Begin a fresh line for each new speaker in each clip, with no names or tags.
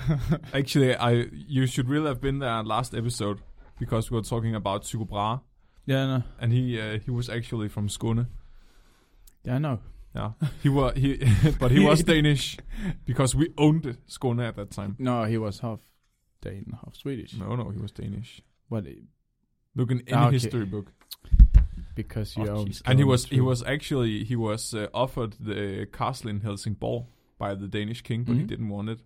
Actually, I you should really have been there last episode because we were talking about Tycho Brahe,
Yeah, I know.
and he uh, he was actually from Skåne.
Yeah, I know.
Yeah, he was he, but he was Danish because we owned Skåne at that time.
No, he was half Dane, half Swedish.
No, no, he was Danish.
What?
Look in any
Ah, okay.
history book.
Because you
Oh,
own.
jeez. and he was he was actually he was uh, offered the castle in Helsingborg by the Danish king, but he
Mm-hmm.
Mhm.
didn't want it.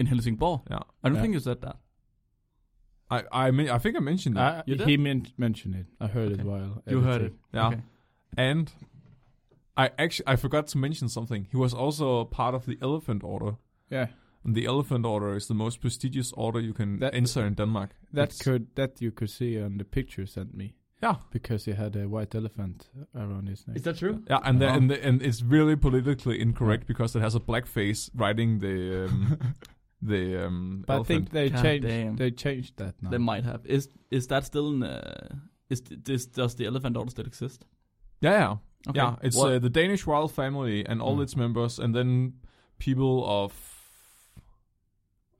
in Helsingborg.
Yeah,
I don't
Yeah.
think you said that.
I I mean I think I mentioned that.
I,
You did?
Ah, he meant, mentioned it. I heard
Okay.
it while.
You heard it.
yeah,
Okay.
and I actually I forgot to mention something. He was also part of the Elephant Order.
Yeah,
And the Elephant Order is the most prestigious order you can
That-
enter in Denmark.
that
It's-
could that you could see on the picture you sent me.
Yeah.
because he had a white elephant around his neck.
Is that true?
Yeah, and the,
Oh.
and, the, and it's really politically incorrect because it has a black face riding the um, the um,
But I
elephant.
think they
God
changed.
damn.
They changed that now.
They might have. Is is that still in? Uh, is th- this does the elephant order still exist?
yeah, yeah,
Okay.
yeah. It's
What-
uh, the Danish royal family and all
Mm.
its members, and then people of,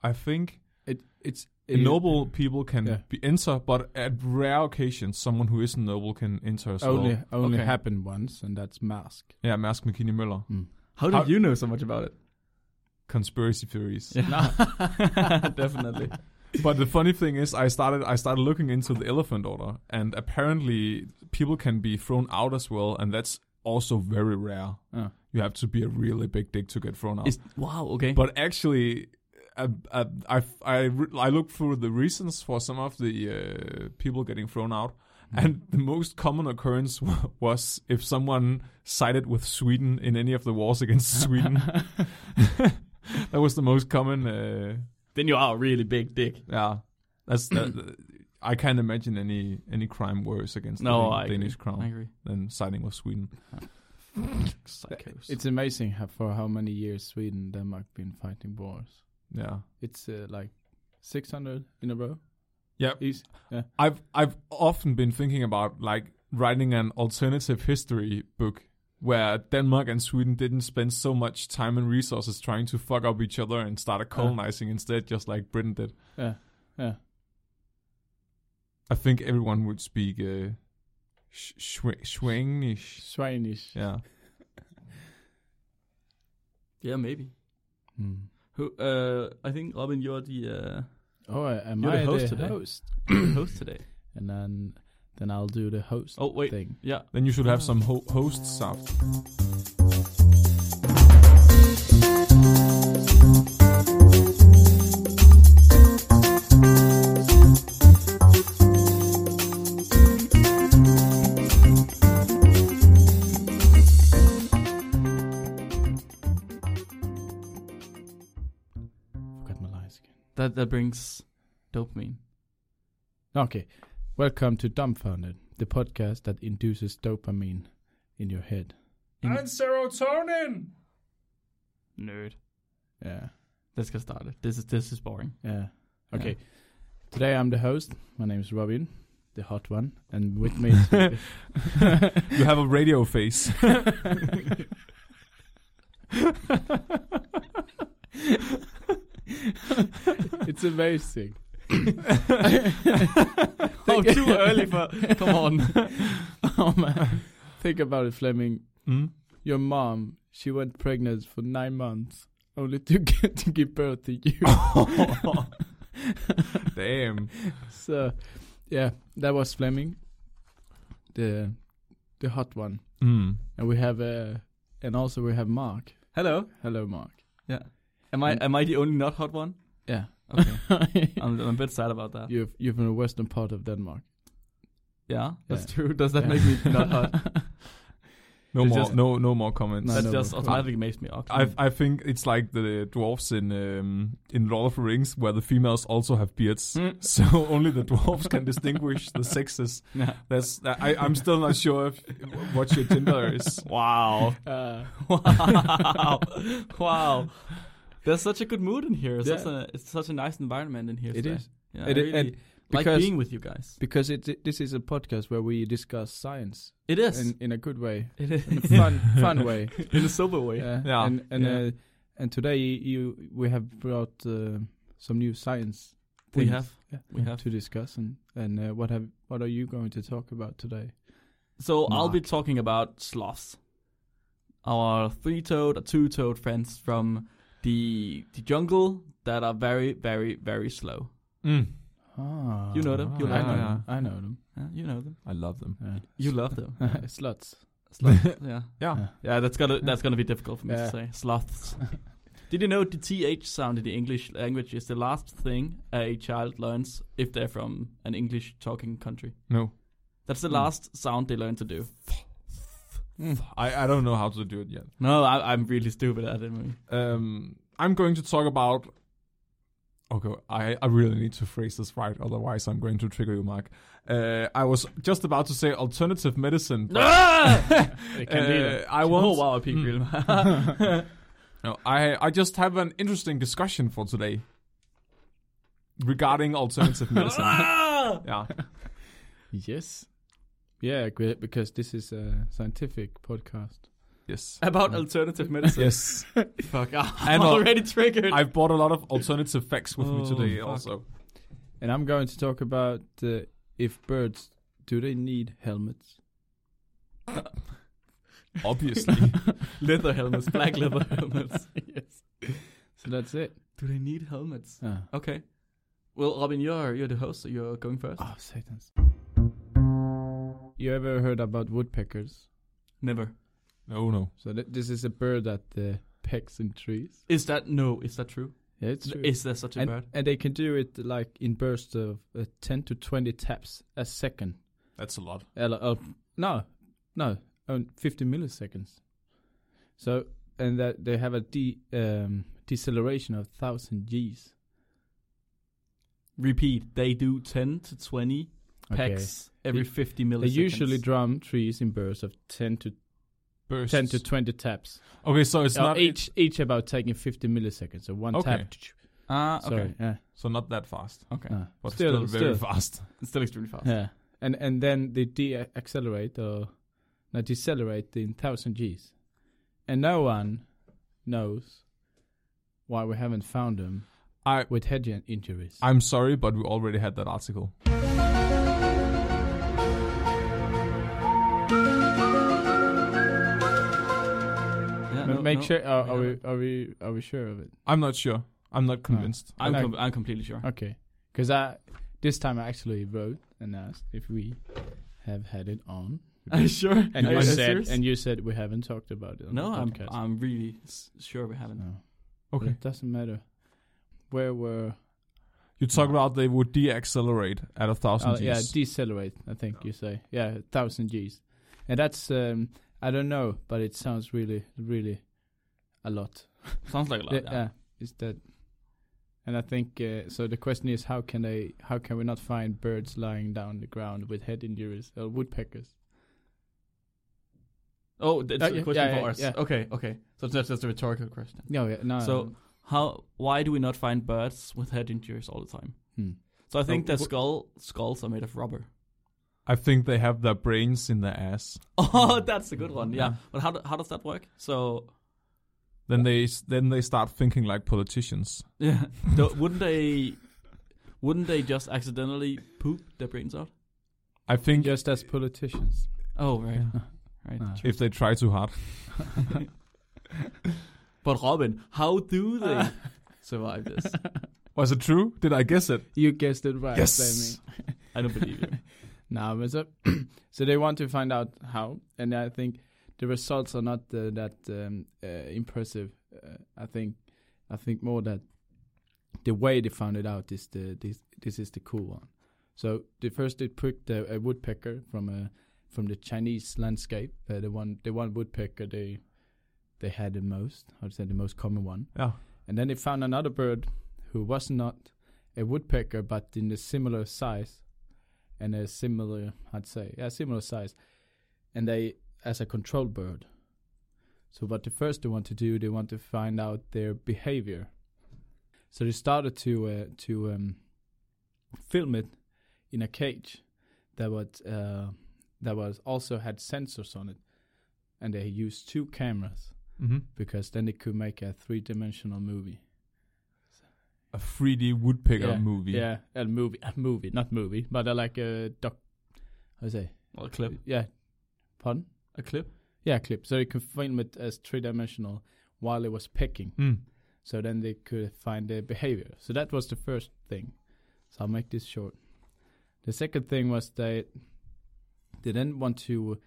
I think,
It, it's
noble people can
Yeah.
be enter, but at rare occasions, someone who isn't noble can enter as
only
well.
only
Okay.
happened once, and that's mask.
Yeah, Mask McKinney Møller.
how do
how-
you know so much about it?
Conspiracy theories.
No. Definitely.
but the funny thing is i started i started looking into the elephant order and apparently people can be thrown out as well and that's also very rare
Oh.
you have to be a really big dick to get thrown out
Is, wow. Okay.
but actually I, I, I, I, re- I looked through the reasons for some of the uh, people getting thrown out
Mm.
and the most common occurrence wa- was if someone sided with Sweden in any of the wars against Sweden. that was the most common uh,
then you are a really big dick.
yeah, that's that, I can't imagine any any crime worse against
No,
the
I agree.
Danish
I
crown
agree.
than siding with Sweden.
Psychos.
It's amazing how, for how many years Sweden and Denmark been fighting wars.
Yeah,
It's uh, like 600 in a row.
Yep.
Easy.
I've I've often been thinking about like writing an alternative history book where Denmark and Sweden didn't spend so much time and resources trying to fuck up each other and started colonizing instead, just like Britain did.
Yeah, yeah.
I think everyone would speak uh, Sch- Schwe- Schwedish.
Swedish.
Yeah,
yeah, maybe.
Mm.
Who? Uh, I think Robin, you're the
Oh, uh, am
You're the
I
host today.
host?
uh, host today.
And then, then I'll do the host
Oh wait.
thing.
Yeah.
then you should have some ho- hosts after.
Forgot my lines again.
That that brings dopamine.
Okay. Welcome to Dumbfounded, the podcast that induces dopamine in your head.
Mm.
In-
serotonin.
Nerd.
Yeah.
Let's get started. This is this is boring.
Yeah. Okay. Today I'm the host. My name is Robin, the hot one, and with me is
You have a radio face.
it's amazing.
oh, too early for. Come on.
oh man. Think about it, Fleming.
Mm.
Your mom, she went pregnant for nine months only to get to give birth to you.
Damn.
so, yeah, that was Fleming, the the hot one,
Mm.
and we have uh, and also we have Mark.
Hello.
Hello, Mark.
Am I am I the only not hot one?
Yeah.
Okay. I'm, I'm a bit sad about that.
you're you're from the western part of Denmark.
Yeah, that's
Yeah.
true. Does that make me not hot?
No
They
more.
just-
no. No more comments.
No,
that
no,
just
of course.
automatically makes me awkward.
I I think it's like the dwarfs in um, in Lord of the Rings where the females also have beards,
Mm.
so only the dwarfs can distinguish the sexes.
Yeah.
That's I I'm still not sure if, what your gender is.
Wow.
Uh,
wow. wow. There's such a good mood in here. It's,
Yeah.
such, a, it's such a nice environment in here.
it
today.
is
Yeah,
It
I
is-
really
and
like
because-
being with you guys.
because it, it- this is a podcast where we discuss science
It is.
in in a good way,
it is.
in a fun fun way.
in a sober way.
Yeah.
Yeah.
And and
Yeah.
Uh, And today you we have brought uh, some new science.
We
things,
have.
yeah,
We have.
to discuss and and uh, what have what are you going to talk about today?
So I'll be
Mark.
talking about sloths, our three-toed or two-toed friends from the the jungle that are very, very, very slow.
Mm.
Ah,
You know them, you
I
like
know
them.
them. I know them.
Yeah, you know them.
I love them.
Yeah.
You love them.
Sluts.
Sloths. yeah.
Yeah.
Yeah.
Yeah, that's gonna that's gonna be difficult for me
Yeah.
to say. Sloths. Did you know the th sound in the English language is the last thing a child learns if they're from an English talking country?
No.
That's the
Hmm.
last sound they learn to do.
I, I don't know how to do it yet.
No, I, I'm really stupid at it.
Um, I'm going to talk about. Okay, I, I really need to phrase this right, otherwise I'm going to trigger you, Mark. Uh, I was just about to say alternative medicine. but,
Ah!
They can do
uh,
that.
I want.
Oh wow, I peaked
Mm.
real
No, I I just have an interesting discussion for today regarding alternative medicine.
Ah!
Yeah,
Yes. Yeah, great, because this is a scientific podcast.
yes,
About
Yeah.
alternative medicine.
yes.
Fuck, ah, I'm
And al-
already triggered.
I've brought a lot of alternative facts with me
Oh,
today,
fuck.
also.
And I'm going to talk about uh, if birds do they need helmets?
Obviously,
leather helmets, black leather helmets.
yes. So that's it.
Do they need helmets?
Ah.
Okay. Well, Robin, you're you're the host, so you're going first.
Oh, satans. You ever heard about woodpeckers?
Never.
no, no.
So th- this is a bird that uh, pecks in trees.
Is that no? Is that true?
Yeah, it's true.
Is there such a
and,
bird?
and they can do it like in bursts of uh, 10 to 20 taps a second.
That's a lot.
Uh, li- uh, no, no, um, 50 milliseconds. So, and that they have a de- um, deceleration of 1000 Gs.
Repeat. They do 10 to 20 pecks every
They-
50
They
milliseconds.
usually drum trees in bursts of 10 to
Bursts.
10 to 20 taps.
okay, so it's
Uh,
not
each each about taking 50 milliseconds. So one
Okay.
tap.
Ah, okay.
Sorry. Yeah.
so not that fast,
Okay.
no.
but
Still-
still, very
still.
fast.
It's still extremely fast.
Yeah. And and then they de-accelerate or no, decelerate in 1000 Gs. And no one knows why we haven't found them
I
with head in- injuries.
I'm sorry, but we already had that article.
Yeah,
Ma-
no,
Make
no,
sure are,
we
are we
haven't.
are we are we sure of it?
I'm not sure. I'm not convinced.
I'm,
Okay.
com- I'm completely sure.
Okay, because I this time I actually wrote and asked if we have had it on,
Are you sure?
and
Are
you
you
said
serious?
and you said we haven't talked about it. On
no,
the
I'm,
podcast.
I'm really s- sure we haven't.
No, but
Okay,
it doesn't matter. Where were
you talk about they would de-accelerate at a thousand
Oh, yeah
Gs.
decelerate? I think you say yeah thousand G's, and that's um I don't know, but it sounds really really a lot.
Sounds like a lot.
Yeah,
yeah.
yeah, is that? And I think uh, so. The question is, how can they? How can we not find birds lying down on the ground with head injuries or woodpeckers?
Oh, that's
Uh,
a
yeah,
question
yeah,
for
yeah,
us.
yeah.
Okay, okay. So that's just a rhetorical question.
No, Oh, yeah, no.
So how? Why do we not find birds with head injuries all the time?
hmm.
So I think
Oh,
their
wh-
skull skulls are made of rubber.
I think they have their brains in their ass.
Mm.
Oh, that's a good one. Yeah.
Mm-hmm.
Yeah.
But how do, how does that work? So
Then they then they start thinking like politicians.
yeah, do, wouldn't they? Wouldn't they just accidentally poop their brains out?
I think
just as politicians.
Oh right,
Yeah.
right.
Ah.
if they try too hard,
But Robin, how do they survive this?
was it true? Did I guess it?
You guessed it right.
Yes.
Fleming.
I don't believe you.
No, but so, so they want to find out how, and I think the results are not uh, that um, uh, impressive. Uh, I think, I think more that the way they found it out is the this this is the cool one. So the first they picked a, a woodpecker from a from the Chinese landscape. Uh, the one the one woodpecker they they had the most. I would say the most common one.
Yeah.
And then they found another bird who was not a woodpecker but in a similar size and a similar I'd say yeah similar size and they as a control bird. So what the first they want to do they want to find out their behavior. So they started to uh, to um, film it in a cage that was uh, that was also had sensors on it and they used two cameras
hmm
because then they could make a three-dimensional movie.
A 3D woodpecker
Yeah,
movie.
Yeah, a movie, a movie, not movie, but uh, like a doc. How to say?
Or a clip.
Yeah, pardon?
A clip.
Yeah, clip. So they could film it as three-dimensional while it was pecking.
Mm.
So then they could find their behavior. So that was the first thing. So I'll make this short. The second thing was they they then want to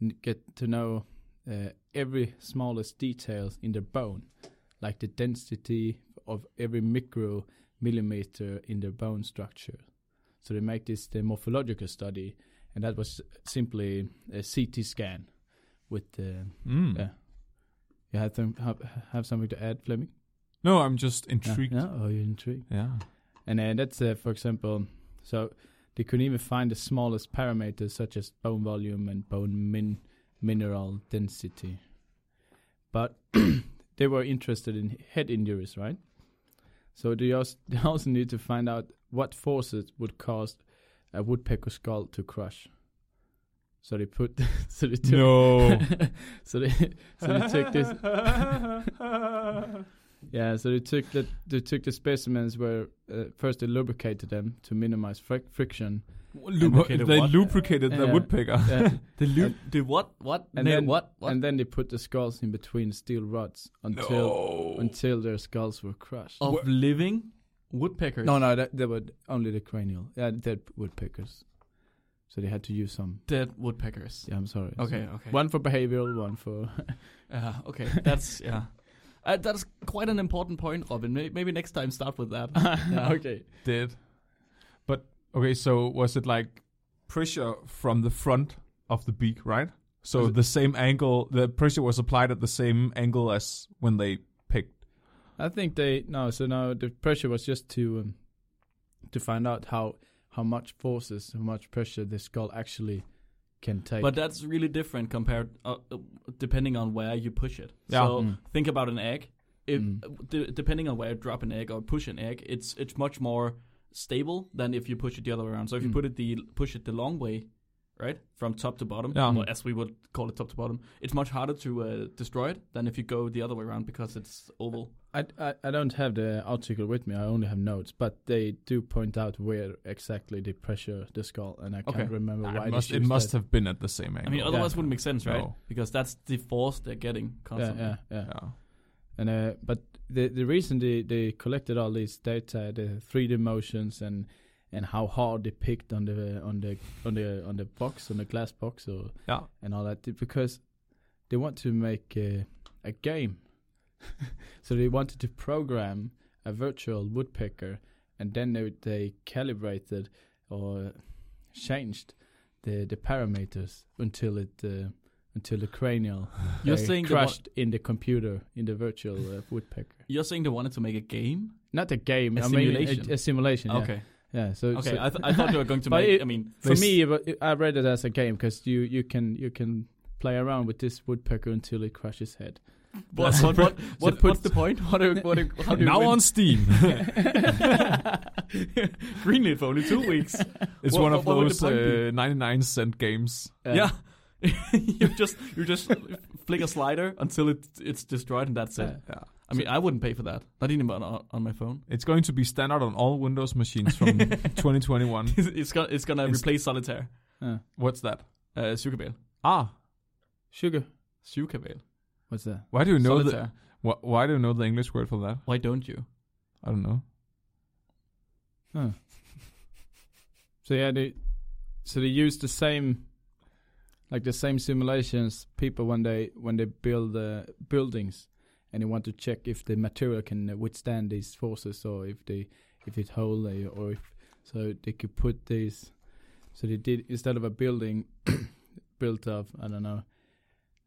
n- get to know uh, every smallest details in the bone, like the density of every micro millimeter in the bone structure. So they make this the morphological study, and that was simply a CT scan. With the
Mm.
Yeah. you have, them, have have something to add, Fleming.
No, I'm just
Yeah,
intrigued.
Yeah, oh, you're intrigued.
Yeah.
And uh, that's, uh, for example, so they couldn't even find the smallest parameters such as bone volume and bone min- mineral density. But they were interested in head injuries, right? So they als- they also need to find out what forces would cause a woodpecker skull to crush. So they put, so they took,
No.
so they, so they took this, yeah, so they took the they took the specimens where uh, first they lubricated them to minimize fric- friction.
Lubricated
they
what?
lubricated the
Yeah.
woodpecker.
Uh,
The loop. The what? What?
and
no,
then-
what? What?
and then they put the skulls in between steel rods until
no.
until their skulls were crushed.
of living woodpeckers.
No, no, that, they were only the cranial. Yeah, dead woodpeckers. So they had to use some.
Dead woodpeckers.
Yeah, I'm sorry.
Okay. Okay.
One for behavioral, one for.
Yeah, okay, that's yeah. Uh, that's quite an important point, Robin. May- Maybe next time start with that. Yeah.
Okay.
did. But okay, so was it like pressure from the front of the beak, right? So
Was it-
the same angle, the pressure was applied at the same angle as when they picked.
I think they no. So now the pressure was just to um, to find out how how much forces, how much pressure the skull actually can take.
But that's really different compared, uh, uh, depending on where you push it.
Yeah.
So
Mm.
think about an egg. If
Mm.
uh, de- depending on where you drop an egg or push an egg, it's it's much more stable than if you push it the other way around. So if you
Mm.
put it the push it the long way, right, from top to bottom,
Yeah.
or as we would call it top to bottom, it's much harder to uh, destroy it than if you go the other way around because it's oval.
I, I, I don't have the article with me. I only have notes, but they do point out where exactly they pressure the skull, and I can't
Okay.
remember why.
it
they
must, it
choose
must
that.
have been at the same
I
angle.
mean, otherwise
Yeah.
it wouldn't make sense, right?
No.
Because that's the force they're getting constantly.
Yeah, yeah, yeah.
Yeah.
And uh, but the the reason they, they collected all these data, the 3D motions, and and how hard they picked on the on the on the on the box, on the glass box, or
Yeah.
and all that, because they want to make a, a game. so they wanted to program a virtual woodpecker, and then they, they calibrated or changed the the parameters until it uh, until the cranial
You're
uh,
saying they want-
crashed in the computer in the virtual uh, woodpecker.
You're saying they wanted to make a game?
Not a game,
A
I mean
simulation.
a, a simulation. Yeah.
Okay.
Yeah. So
Okay.
so-
I, th- I thought they were going to
But
make.
it-
I mean,
for me, it wa- it- I read it as a game because you you can you can play around with this woodpecker until it crashes head.
what,
That's
what,
a-
what, what-
put-
what's the point? What are, what are, how do you
now
win?
on Steam,
Greenlit for only two weeks.
it's
What-
one of
what would the
those
point
uh, 99 cent games.
yeah. you just you just flick a slider until it it's destroyed and that's it.
Yeah.
Yeah.
I mean, I wouldn't pay for that. Not even on, on my phone.
It's going to be standard on all Windows machines from 2021.
it's gonna it's gonna
Um, It's-
replace solitaire.
Uh,
What's that?
Uh, Sukabale.
Ah,
sugar.
Sukabale.
What's that?
why do you know the
solitaire.
wh- why do you know the English word for that?
Why don't you?
I don't know.
So yeah, they so they use the same like the same simulations people when they when they build uh, buildings and they want to check if the material can withstand these forces or if they if it hold they or if so they could put these so they did instead of a building built of I don't know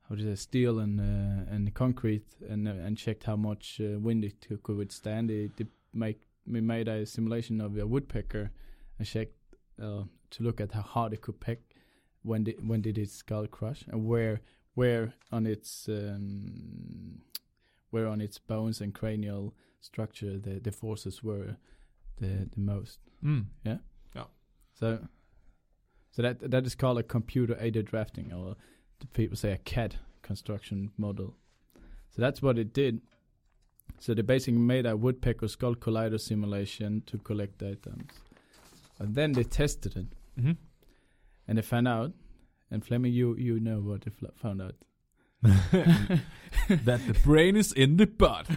how do you say steel and uh, and concrete and uh, and checked how much uh, wind it could- could withstand they, they make we made a simulation of a woodpecker and checked uh, to look at how hard it could peck when did when did its skull crush and where where on its um, where on its bones and cranial structure the, the forces were the the most.
Mm.
So so that that is called a computer aided drafting or the people say a CAD construction model. So that's what it did. So they basically made a woodpecker skull collider simulation to collect items. And then they tested it and they found out. And Fleming, you you know what they fl- found out.
that the brain is in the butt.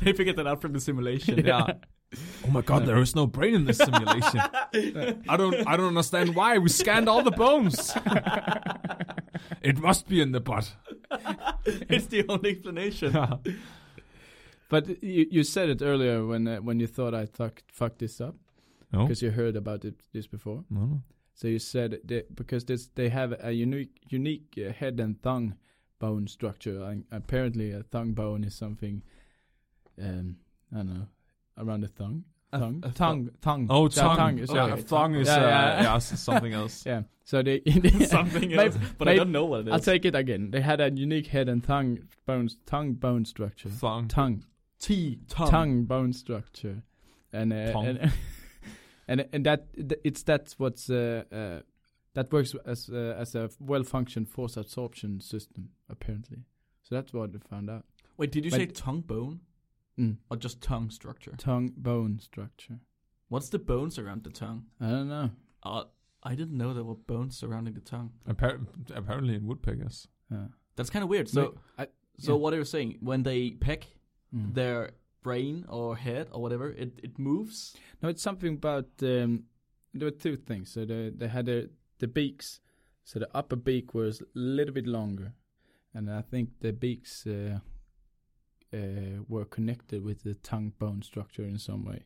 they figured that out from the simulation.
Yeah. Oh my god, there is no brain in this simulation. I don't I don't understand why. We scanned all the bones. it must be in the butt.
it's the only explanation.
But you, you said it earlier when uh, when you thought I fuck, fucked this up
No.
because you heard about it, this before.
No.
So you said that because this they have a unique unique uh, head and thumb bone structure. And apparently, a thumb bone is something um, I don't know around the thumb.
A-
Tongue,
a
tongue, tongue.
Oh,
Yeah,
tongue.
tongue is,
yeah,
yeah.
a thong is
Yeah,
uh,
yeah.
yeah, s- something else.
Yeah. So they.
Something
Maybe-
else, but I
maybe-
don't know what it is.
I'll take it again. They had a unique head and tongue bones, tongue bone structure,
Thong.
tongue,
T tongue.
tongue, bone structure, and uh,
Tongue.
and and and that it's that's what's uh, uh, that works as uh, as a well-functioned force absorption system apparently. So that's what they found out.
Wait, did you
But-
say tongue bone
Mm.
or just tongue structure?
Tongue bone structure.
What's the bones around the tongue?
I don't know.
Uh, I didn't know there were bones surrounding the tongue.
Appar- apparently in woodpeckers.
Yeah.
That's kind of weird. So,
I-
so
yeah.
what are you saying? When they peck,
Mm.
their brain or head or whatever, it, it moves.
No, it's something about um, there were two things. So they they had the the beaks. So the upper beak was a little bit longer, and I think the beaks uh, uh, were connected with the tongue bone structure in some way,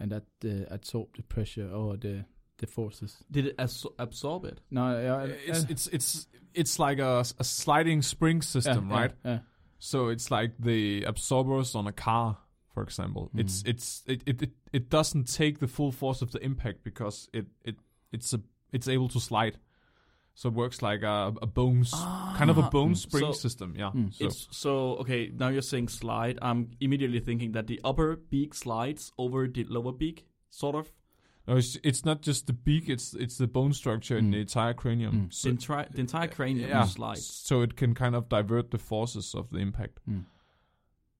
and that uh, absorbed the pressure or the the forces.
Did it as- absorb it?
No, uh,
It's it's it's it's like a, s- a sliding spring system, right? So it's like the absorbers on a car, for example.
Hmm.
It's
Mm.
it's it, it it it doesn't take the full force of the impact because it it it's a it's able to slide. So it works like a, a bones kind of a
Ah,
bone
Mm.
spring
So Hmm.
system. Yeah.
Mm.
So
It's so okay. Now you're saying slide. I'm immediately thinking that the upper beak slides over the lower beak, sort of.
no, it's it's not just the beak. It's it's the bone structure in
Hmm.
Mm.
the entire cranium.
Mm.
So, uh,
the, entire the entire cranium
yeah.
slides.
So it can kind of divert the forces of the impact.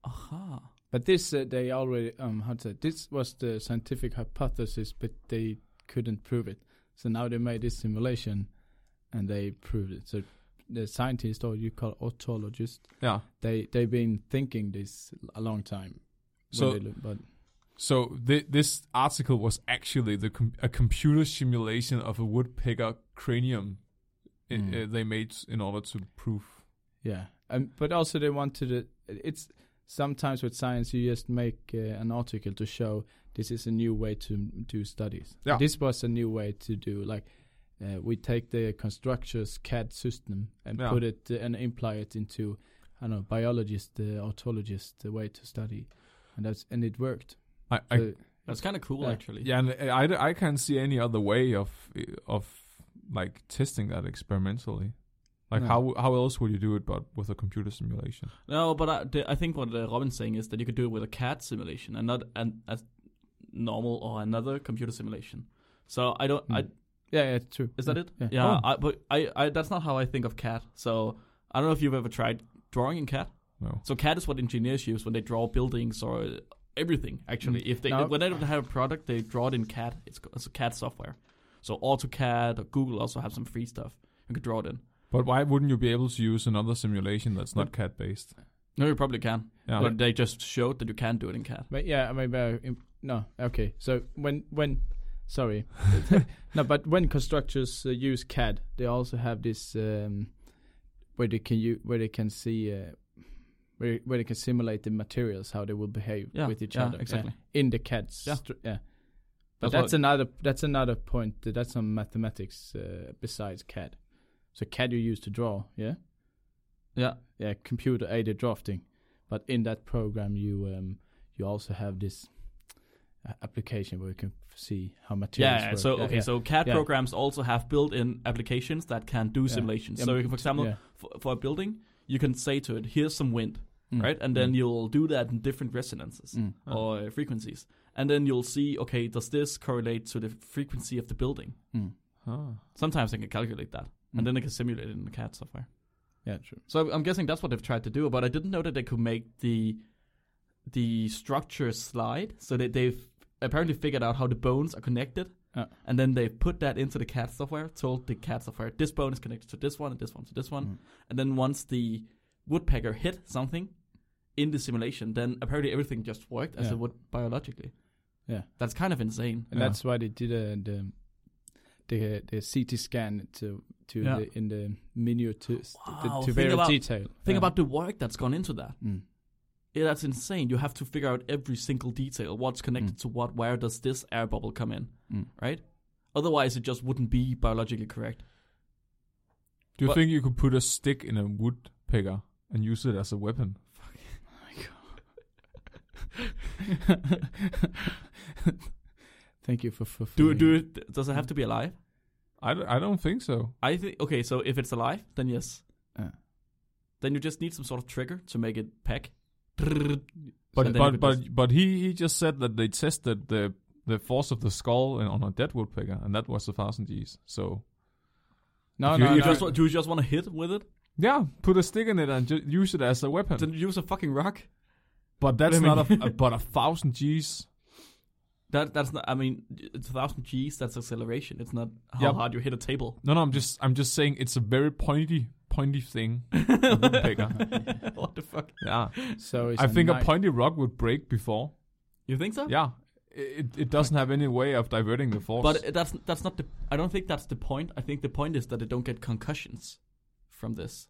Aha.
But this uh, they already um how to say this was the scientific hypothesis, but they couldn't prove it. So now they made this simulation, and they proved it. So the scientists or you call autologist,
Yeah.
they they've been thinking this a long time. when
So-
they look- but
So th- this article was actually the com- a computer simulation of a woodpecker cranium i-
Mm.
uh, they made in order to prove.
yeah, um, but also they wanted it. It's sometimes with science you just make uh, an article to show this is a new way to do studies.
Yeah.
This was a new way to do like uh, we take the constructors CAD system and
Yeah.
put it uh, and imply it into I don't know biologist, uh, autologist uh, way to study, and that's and it worked.
I, I
So-
That's kind of cool,
Yeah.
actually.
yeah, and I, I- I can't see any other way of of like testing that experimentally. Like
No.
how how else would you do it but with a computer simulation?
No, but I, the, I think what uh, Robin's saying is that you could do it with a CAD simulation and not an, a normal or another computer simulation. So I don't. I,
Mm. yeah, yeah, it's true.
is that
Yeah.
it?
Yeah.
Oh.
I, but I, I that's not how I think of CAD. So I don't know if you've ever tried drawing in CAD.
No.
So CAD is what engineers use when they draw buildings or uh, everything. Actually, if they
Now-
when they don't have a product, they draw it in CAD. It's, co- it's a CAD software. So AutoCAD or Google also have some free stuff you can draw it in.
But why wouldn't you be able to use another simulation that's not CAD based?
No, you probably can,
Yeah.
but they just showed that you can do it in CAD.
But yeah, maybe I, uh, im- no. Okay, so when when, sorry, no, but when constructors uh, use CAD, they also have this um, where they can u- where they can see uh, where where they can simulate the materials how they will behave
Yeah,
with each
yeah,
other yeah,
exactly.
in the CAD.
Yeah.
stru- yeah. But
That's what-
that's another that's another point. that- That's some mathematics uh, besides CAD. So CAD you use to draw, yeah,
Yeah.
yeah, computer aided drafting. But in that program, you um, you also have this uh, application where you can f- see how materials.
Yeah,
work.
so okay, so CAD
Yeah.
programs also have built-in applications that can do
Yeah.
simulations.
Yeah,
So,
mm,
you can, for example,
yeah.
for, for a building, you can say to it, "Here's some wind,"
Mm.
right, and then
Mm.
you'll do that in different resonances
Mm.
Ah.
or frequencies, and then you'll see, okay, does this correlate to the frequency of the building?
Mm.
Ah.
Sometimes they can calculate that,
Mm.
and then they can simulate it in the CAD software.
Yeah, true.
So I'm guessing that's what they've tried to do, but I didn't know that they could make the the structure slide. So that they've apparently figured out how the bones are connected,
Yeah.
and then they put that into the CAD software. Told the CAD software this bone is connected to this one, and this one to this one.
Mm.
And then once the woodpecker hit something in the simulation, then apparently everything just worked as
Yeah.
it would biologically.
Yeah.
that's kind of insane.
And
Yeah.
that's why they did uh, the the the CT scan to to
Yeah.
the, in the minute
Wow,
to
think
very
about-
detail.
Think
Yeah.
about the work that's gone into that.
Mm.
Yeah, that's insane. You have to figure out every single detail. What's connected
Mm.
to what? Where does this air bubble come in?
Mm.
Right? Otherwise, it just wouldn't be biologically correct.
Do you
But-
think you could put a stick in a woodpecker and use it as a weapon?
Thank you for for
Do
for-
do it, does it have to be alive?
I, d- I don't think so.
I think okay. So if it's alive, then yes.
Yeah.
Then you just need some sort of trigger to make it peck.
But
And then
but
it
but
just-
but he, he just said that they tested the the force of the skull in- on a dead woodpecker, and that was a thousand G's. So
No,
if you-
no,
if
you
no.
just wa- do you just want to hit with it?
yeah, put a stick in it and ju- use it as a weapon.
Then you use a fucking rock.
but that's
I mean-
not a, a but a thousand G's.
That that's not. I mean, it's a thousand G's. That's acceleration. It's not how
Yep.
hard you hit a table.
No, no, I'm just I'm just saying it's a very pointy pointy thing. woodpecker.
what the fuck?
Yeah,
so it's
I think
nine-
a pointy rock would break before.
You think so?
Yeah, it it doesn't have any way of diverting the force.
But that's that's not the. I don't think that's the point. I think the point is that they don't get concussions from this,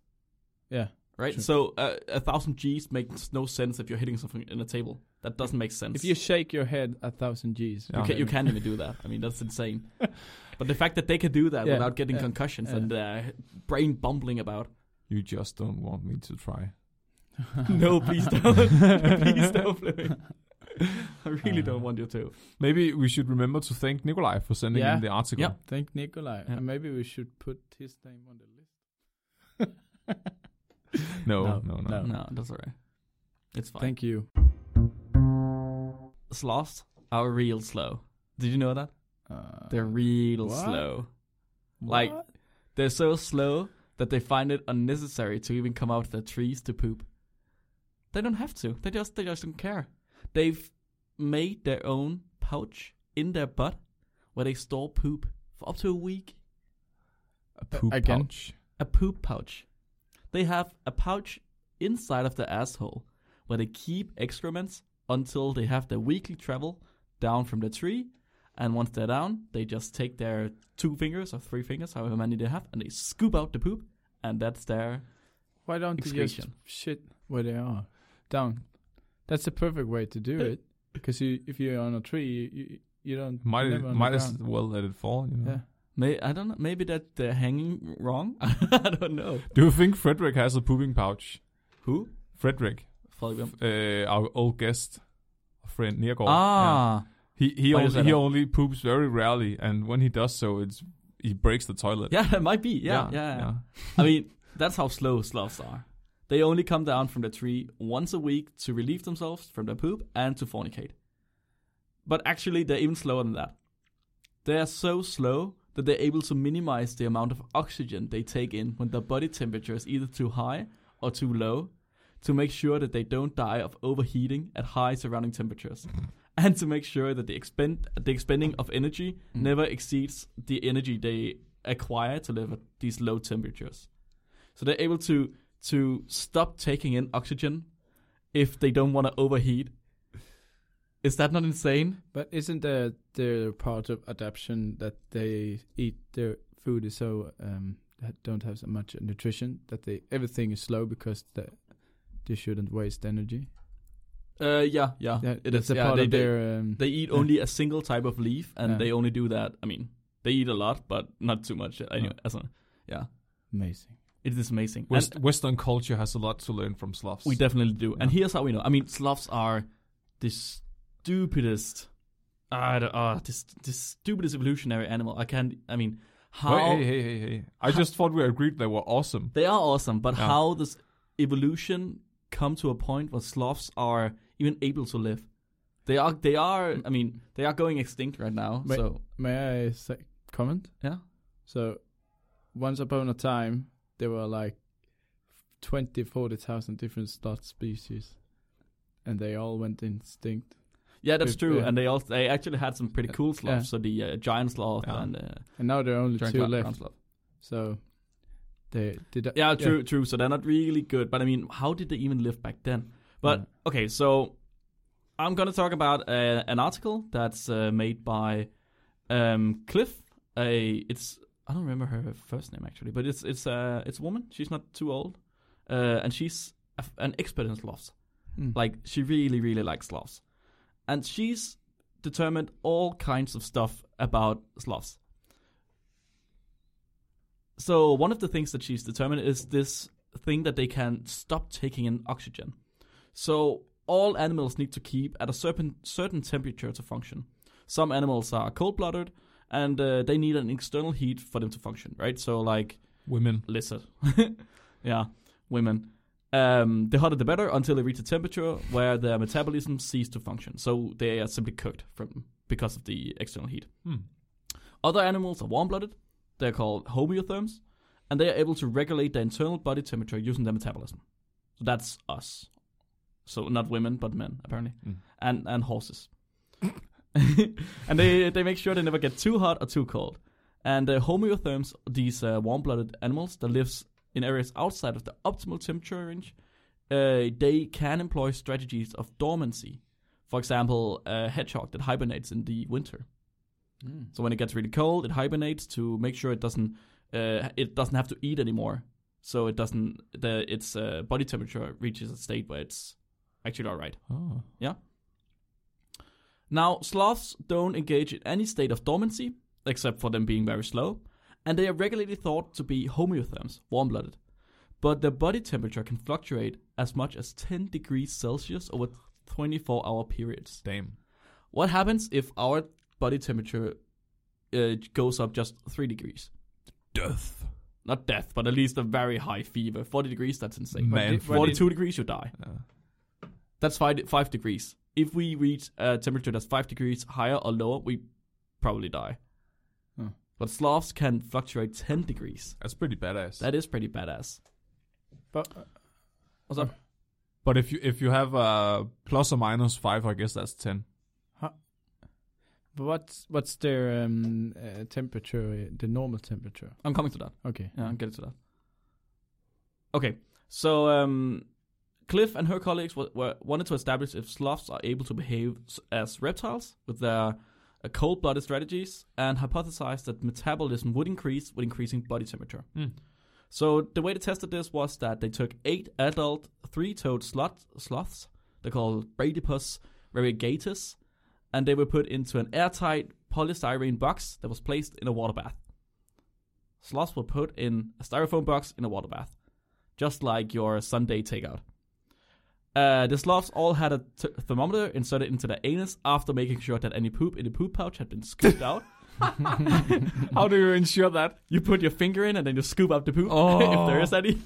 Yeah,
right?
Sure.
So uh, a thousand G's makes no sense if you're hitting something in a table. That doesn't make sense.
if you shake your head a thousand G's,
Yeah.
you, can, you can't even do that. I mean, that's insane. But the fact that they can do that
Yeah,
without getting
yeah,
concussions
yeah.
and uh, brain bumbling about.
you just don't want me to try.
no, please don't. please don't, Fleming. I really don't
Uh,
want you to.
Maybe we should remember to thank Nikolai for sending
Yeah.
in the article.
Yep.
Thank Nikolai.
Yeah.
And Maybe we should put his name on the list.
No, no, no.
No, that's all right. It's fine.
Thank you.
Sloths are real slow. Did you know that?
Uh,
They're real
what?
slow. Like they're so slow that they find it unnecessary to even come out of the trees to poop. They don't have to. They just they just don't care. They've made their own pouch in their butt where they store poop for up to a week.
A poop
Again.
pouch.
A poop pouch. They have a pouch inside of their asshole where they keep excrements until they have their weekly travel down from the tree. And once they're down, they just take their two fingers or three fingers, however many they have, and they scoop out the poop. And that's their
why don't you just
excretion.
shit where they are down? That's the perfect way to do it because you, if you're on a tree, you you, you don't
Might
never on the
might as
ground.
well let it fall. You know?
Yeah.
May I don't know. Maybe that they're hanging wrong. I don't know.
Do you think Frederick has a pooping pouch?
Who?
Frederick,
Follow
uh, our old guest, friend Nergård. Yeah.
Ah,
He he
Why
only,
is that
he
up?
only poops very rarely, and when he does so, it's he breaks the toilet.
yeah. that might be. Yeah, yeah. I mean, that's how slow sloths are. They only come down from the tree once a week to relieve themselves from their poop and to fornicate. But actually, they're even slower than that. They are so slow that they're able to minimize the amount of oxygen they take in when their body temperature is either too high or too low to make sure that they don't die of overheating at high surrounding temperatures. And to make sure that the expend the expending of energy
Mm.
never exceeds the energy they acquire to live at these low temperatures. So they're able to to stop taking in oxygen if they don't want to overheat. Is that not insane?
But isn't there there a part of adaptation that they eat their food is so um that don't have so much nutrition that they everything is slow because they they shouldn't waste energy.
Uh, yeah, yeah,
That-
It
that's
is.
a
Yeah,
part
they,
of
they,
their. Um,
they eat only a single type of leaf, and
Yeah.
they only do that. I mean, they eat a lot, but not too much. Anyway, as a-
amazing.
it is amazing. And-
West, Western culture has a lot to learn from Slavs.
We definitely do. And
Yeah.
here's how we know. I mean, Slavs are the stupidest, I don't, uh, this, this stupidest evolutionary animal. I can't. I mean, how
Wait, hey, hey, hey, hey! I
How-
just thought we agreed they were awesome.
they are awesome, but
Yeah.
how does evolution come to a point where Slavs are even able to live? They are. They are. I mean, they are going extinct right now.
Wait.
So
May I say, comment?
Yeah.
So, once upon a time, there were like 20, 40,000 different sloth species, and they all went extinct.
Yeah, that's
If-
true.
yeah.
And they also they actually had some pretty cool sloths.
yeah.
So the uh, giant sloth
Yeah.
and uh,
And now there are only
giant
two
clown-
left.
clown sloth.
So they did. that-
Yeah, true, true. So they're not really good. But I mean, how did they even live back then? But
Yeah.
okay, so I'm gonna talk about uh, an article that's uh, made by um, Cliff. A it's I don't remember her first name actually, but it's it's uh, it's a woman. She's not too old, uh, and she's a f an expert in sloths.
Mm.
Like she really, really likes sloths, and she's determined all kinds of stuff about sloths. So one of the things that she's determined is this thing that they can stop taking in oxygen. So all animals need to keep at a certain certain temperature to function. Some animals are cold-blooded, and uh, they need an external heat for them to function. Right. So like
Women.
lizard. yeah, women. Um, the hotter the better until they reach a temperature where their metabolism cease to function. So they are simply cooked from because of the external heat.
Hmm.
Other animals are warm blooded. They're called homeotherms, and they are able to regulate their internal body temperature using their metabolism. So that's us. So not women, but men apparently,
Mm.
and and horses. and they they make sure they never get too hot or too cold. And uh, homeotherms, these uh, warm-blooded animals that lives in areas outside of the optimal temperature range, uh, they can employ strategies of dormancy. For example, a hedgehog that hibernates in the winter. So when it gets really cold, it hibernates to make sure it doesn't uh, it doesn't have to eat anymore. So it doesn't the its uh, body temperature reaches a state where it's actually all right.
Oh.
Now sloths don't engage in any state of dormancy except for them being very slow, and they are regularly thought to be homeotherms, warm-blooded. But their body temperature can fluctuate as much as 10 degrees Celsius over 24-hour periods.
Damn.
What happens if our body temperature uh, goes up just 3 degrees?
Death.
not death, but at least a very high fever. 40 degrees, that's insane.
Man.
did-
flu.
but did-
42 degrees, you die.
Yeah.
That's five, five degrees. If we reach a temperature that's five degrees higher or lower, we probably die.
Hmm.
But Slavs can fluctuate 10 degrees.
That's pretty badass.
That is pretty badass.
But
What's up?
but if you if you have uh, plus or minus five, I guess that's ten.
But what's what's their um, uh, temperature? uh, The normal temperature.
I'm coming to that.
Okay. Mm.
Yeah, I'm getting to that. Okay, so um, Cliff and her colleagues wa- were, wanted to establish if sloths are able to behave s- as reptiles with their uh, cold-blooded strategies, and hypothesized that metabolism would increase with increasing body temperature.
Hmm.
So the way they tested this was that they took eight adult three-toed sloth, sloths, they're called Bradypus variegatus, and they were put into an airtight polystyrene box that was placed in a water bath. Sloths were put in a styrofoam box in a water bath, just like your Sunday takeout. Uh, the sloths all had a t- thermometer inserted into their anus after making sure that any poop in the poop pouch had been scooped out. How do you ensure that? You put your finger in and then you scoop up the poop if
Oh.
there is any.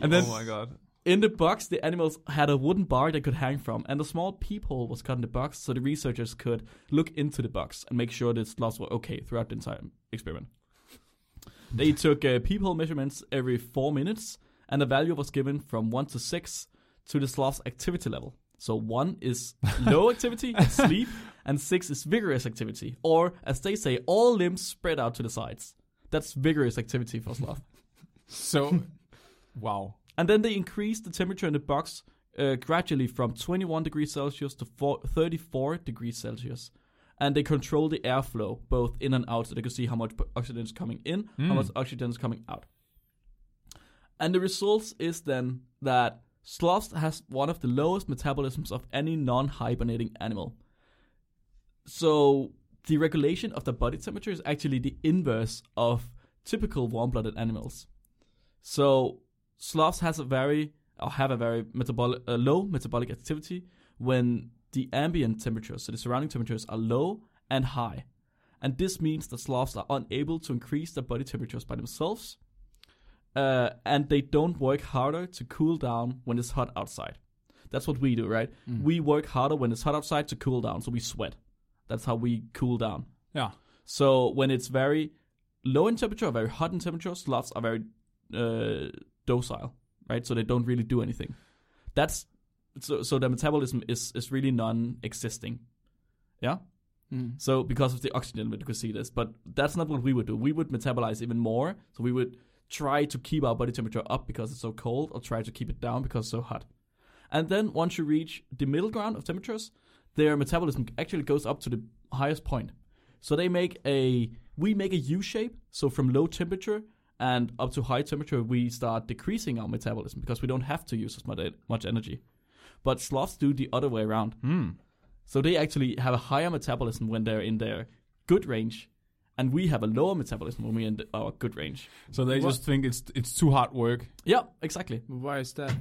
And then
oh my god.
in the box, the animals had a wooden bar they could hang from, and a small peephole was cut in the box so the researchers could look into the box and make sure the sloths were okay throughout the entire experiment. They took uh, peephole measurements every four minutes, and the value was given from one to six to the sloth's activity level. So one is low activity, sleep, and six is vigorous activity, or as they say, all limbs spread out to the sides. That's vigorous activity for sloth.
So, wow.
And then they increased the temperature in the box uh, gradually from 21 degrees Celsius to four- 34 degrees Celsius. And they control the airflow both in and out so they could see how much p- oxygen is coming in, how
Mm.
much oxygen is coming out. And the results is then that sloths has one of the lowest metabolisms of any non-hibernating animal. So the regulation of the body temperature is actually the inverse of typical warm-blooded animals. So sloths has a very or have a very metabolic uh, low metabolic activity when the ambient temperatures, so the surrounding temperatures, are low and high, and this means that sloths are unable to increase their body temperatures by themselves, uh, and they don't work harder to cool down when it's hot outside. That's what we do, right?
Mm.
We work harder when it's hot outside to cool down, so we sweat. That's how we cool down.
Yeah.
So when it's very low in temperature, or very hot in temperature, sloths are very uh, docile. right? So they don't really do anything. That's so so their metabolism is is really non-existing. Yeah.
Mm.
So because of the oxygen, we could see this, but that's not what we would do. We would metabolize even more. So we would try to keep our body temperature up because it's so cold, or try to keep it down because it's so hot. And then once you reach the middle ground of temperatures, their metabolism actually goes up to the highest point. So they make a we make a U shape. So from low temperature and up to high temperature, we start decreasing our metabolism because we don't have to use as much much energy. But sloths do the other way around.
Hmm.
So they actually have a higher metabolism when they're in their good range, and we have a lower metabolism when we're in the, our good range.
So they
What?
just think it's it's too hard work.
Yeah, exactly.
Why is that?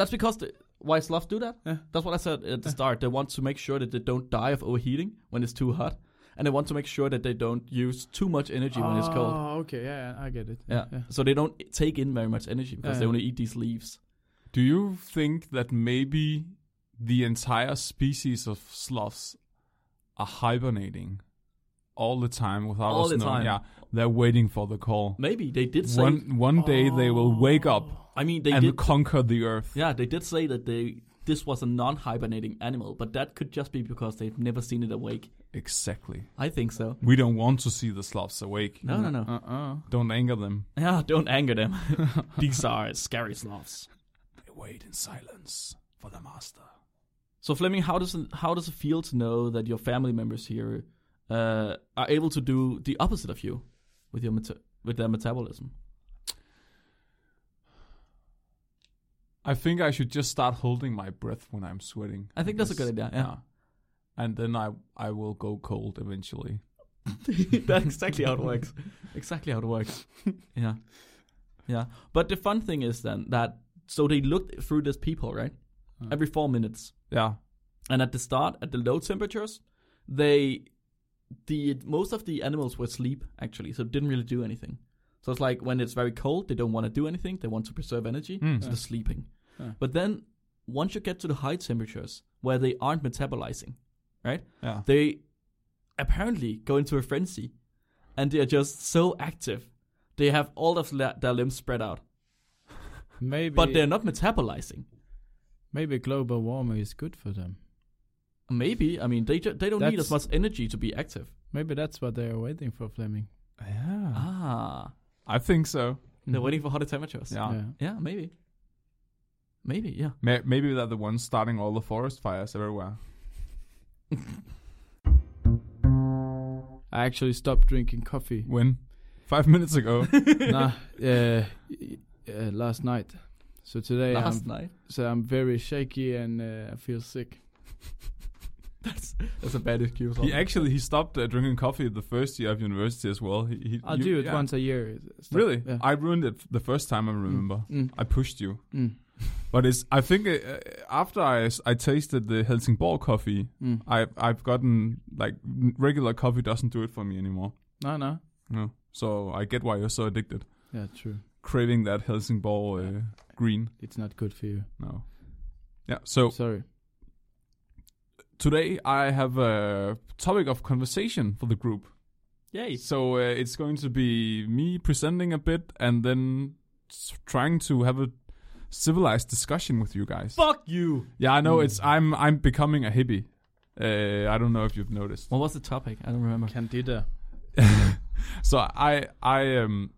That's because the, why sloths do that.
Yeah.
That's what I said at the start. They want to make sure that they don't die of overheating when it's too hot, and they want to make sure that they don't use too much energy when it's cold.
Oh, okay. Yeah, yeah, I get it.
Yeah. So they don't take in very much energy because
Yeah,
they
yeah.
only eat these leaves.
Do you think that maybe the entire species of sloths are hibernating all the time without
All
us
the
knowing?
time.
Yeah, they're waiting for the call.
Maybe they did say.
One one day they will wake up
I mean, oh. they
and
did.
conquer the earth.
Yeah, they did say that they this was a non-hibernating animal, but that could just be because they've never seen it awake.
Exactly.
I think so.
We don't want to see the sloths awake.
No, no, no.
Uh-uh.
Don't anger them.
Yeah, don't anger them. These are scary sloths.
They wait in silence for the master.
So Fleming, how does it, how does it feel to know that your family members here uh, are able to do the opposite of you with your meta- with their metabolism?
I think I should just start holding my breath when I'm sweating.
I think that's a
guess.
good idea. Yeah,
And then I I will go cold eventually.
that's exactly how it works. Exactly how it works. Yeah, yeah. But the fun thing is then that so they looked through this people right
Mm.
every four minutes.
Yeah.
And at the start, at the low temperatures, they the most of the animals were asleep actually, so didn't really do anything. So it's like when it's very cold, they don't want to do anything. They want to preserve energy,
Mm.
so they're sleeping.
Yeah.
But then once you get to the high temperatures where they aren't metabolizing,
Yeah.
they apparently go into a frenzy, and they are just so active. They have all of la- their limbs spread out,
Maybe
but they're not metabolizing.
maybe global warming is good for them.
Maybe I mean they ju- they don't need as much
That's-
energy to be active.
Maybe that's what they are waiting for, Fleming.
Yeah.
Ah.
I think so.
They're
Mhm.
waiting for hotter temperatures.
Yeah.
Yeah.
Mm-hmm. Yeah, maybe. Maybe, yeah.
May- Maybe they're the ones starting all the forest fires everywhere.
I actually stopped drinking coffee.
When? Five minutes ago.
nah, uh, uh, last night. So today,
Last
I'm,
night.
so I'm very shaky and uh, I feel sick.
That's that's a bad excuse.
he actually he stopped uh, drinking coffee the first year of university as well. He, he,
Oh,
I
you-
do it
yeah.
once a year. It's not-
Really?
Yeah.
I ruined it the first time I remember.
Mm,
I pushed you.
mm,
But it's I think uh, after I, s- I tasted the Helsingborg coffee,
mm.
I I've gotten like n- regular coffee doesn't do it for me anymore.
No, no.
No. So I get why you're so addicted.
Yeah, true.
Craving that Helsingborg uh, green.
It's not good for you.
No. Yeah. So
Sorry.
today I have a topic of conversation for the group.
Yay.
So uh, it's going to be me presenting a bit and then s- trying to have a civilized discussion with you guys.
Fuck you.
Yeah, I know
Mm.
it's I'm I'm becoming a hippie. Uh, I don't know if you've noticed.
What was the topic? I don't remember.
Candida.
so I I um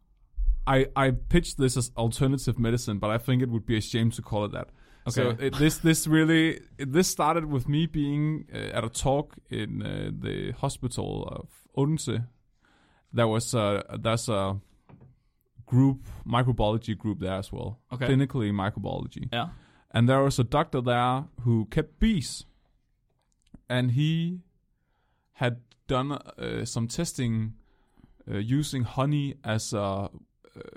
I I pitched this as alternative medicine, but I think it would be a shame to call it that. So
Okay.
it, this this really it, this started with me being uh, at a talk in uh, the hospital of Odense. There was a there's a group microbiology group there as well.
Okay.
Clinically microbiology.
Yeah.
And there was a doctor there who kept bees. And he had done uh, some testing uh, using honey as a uh,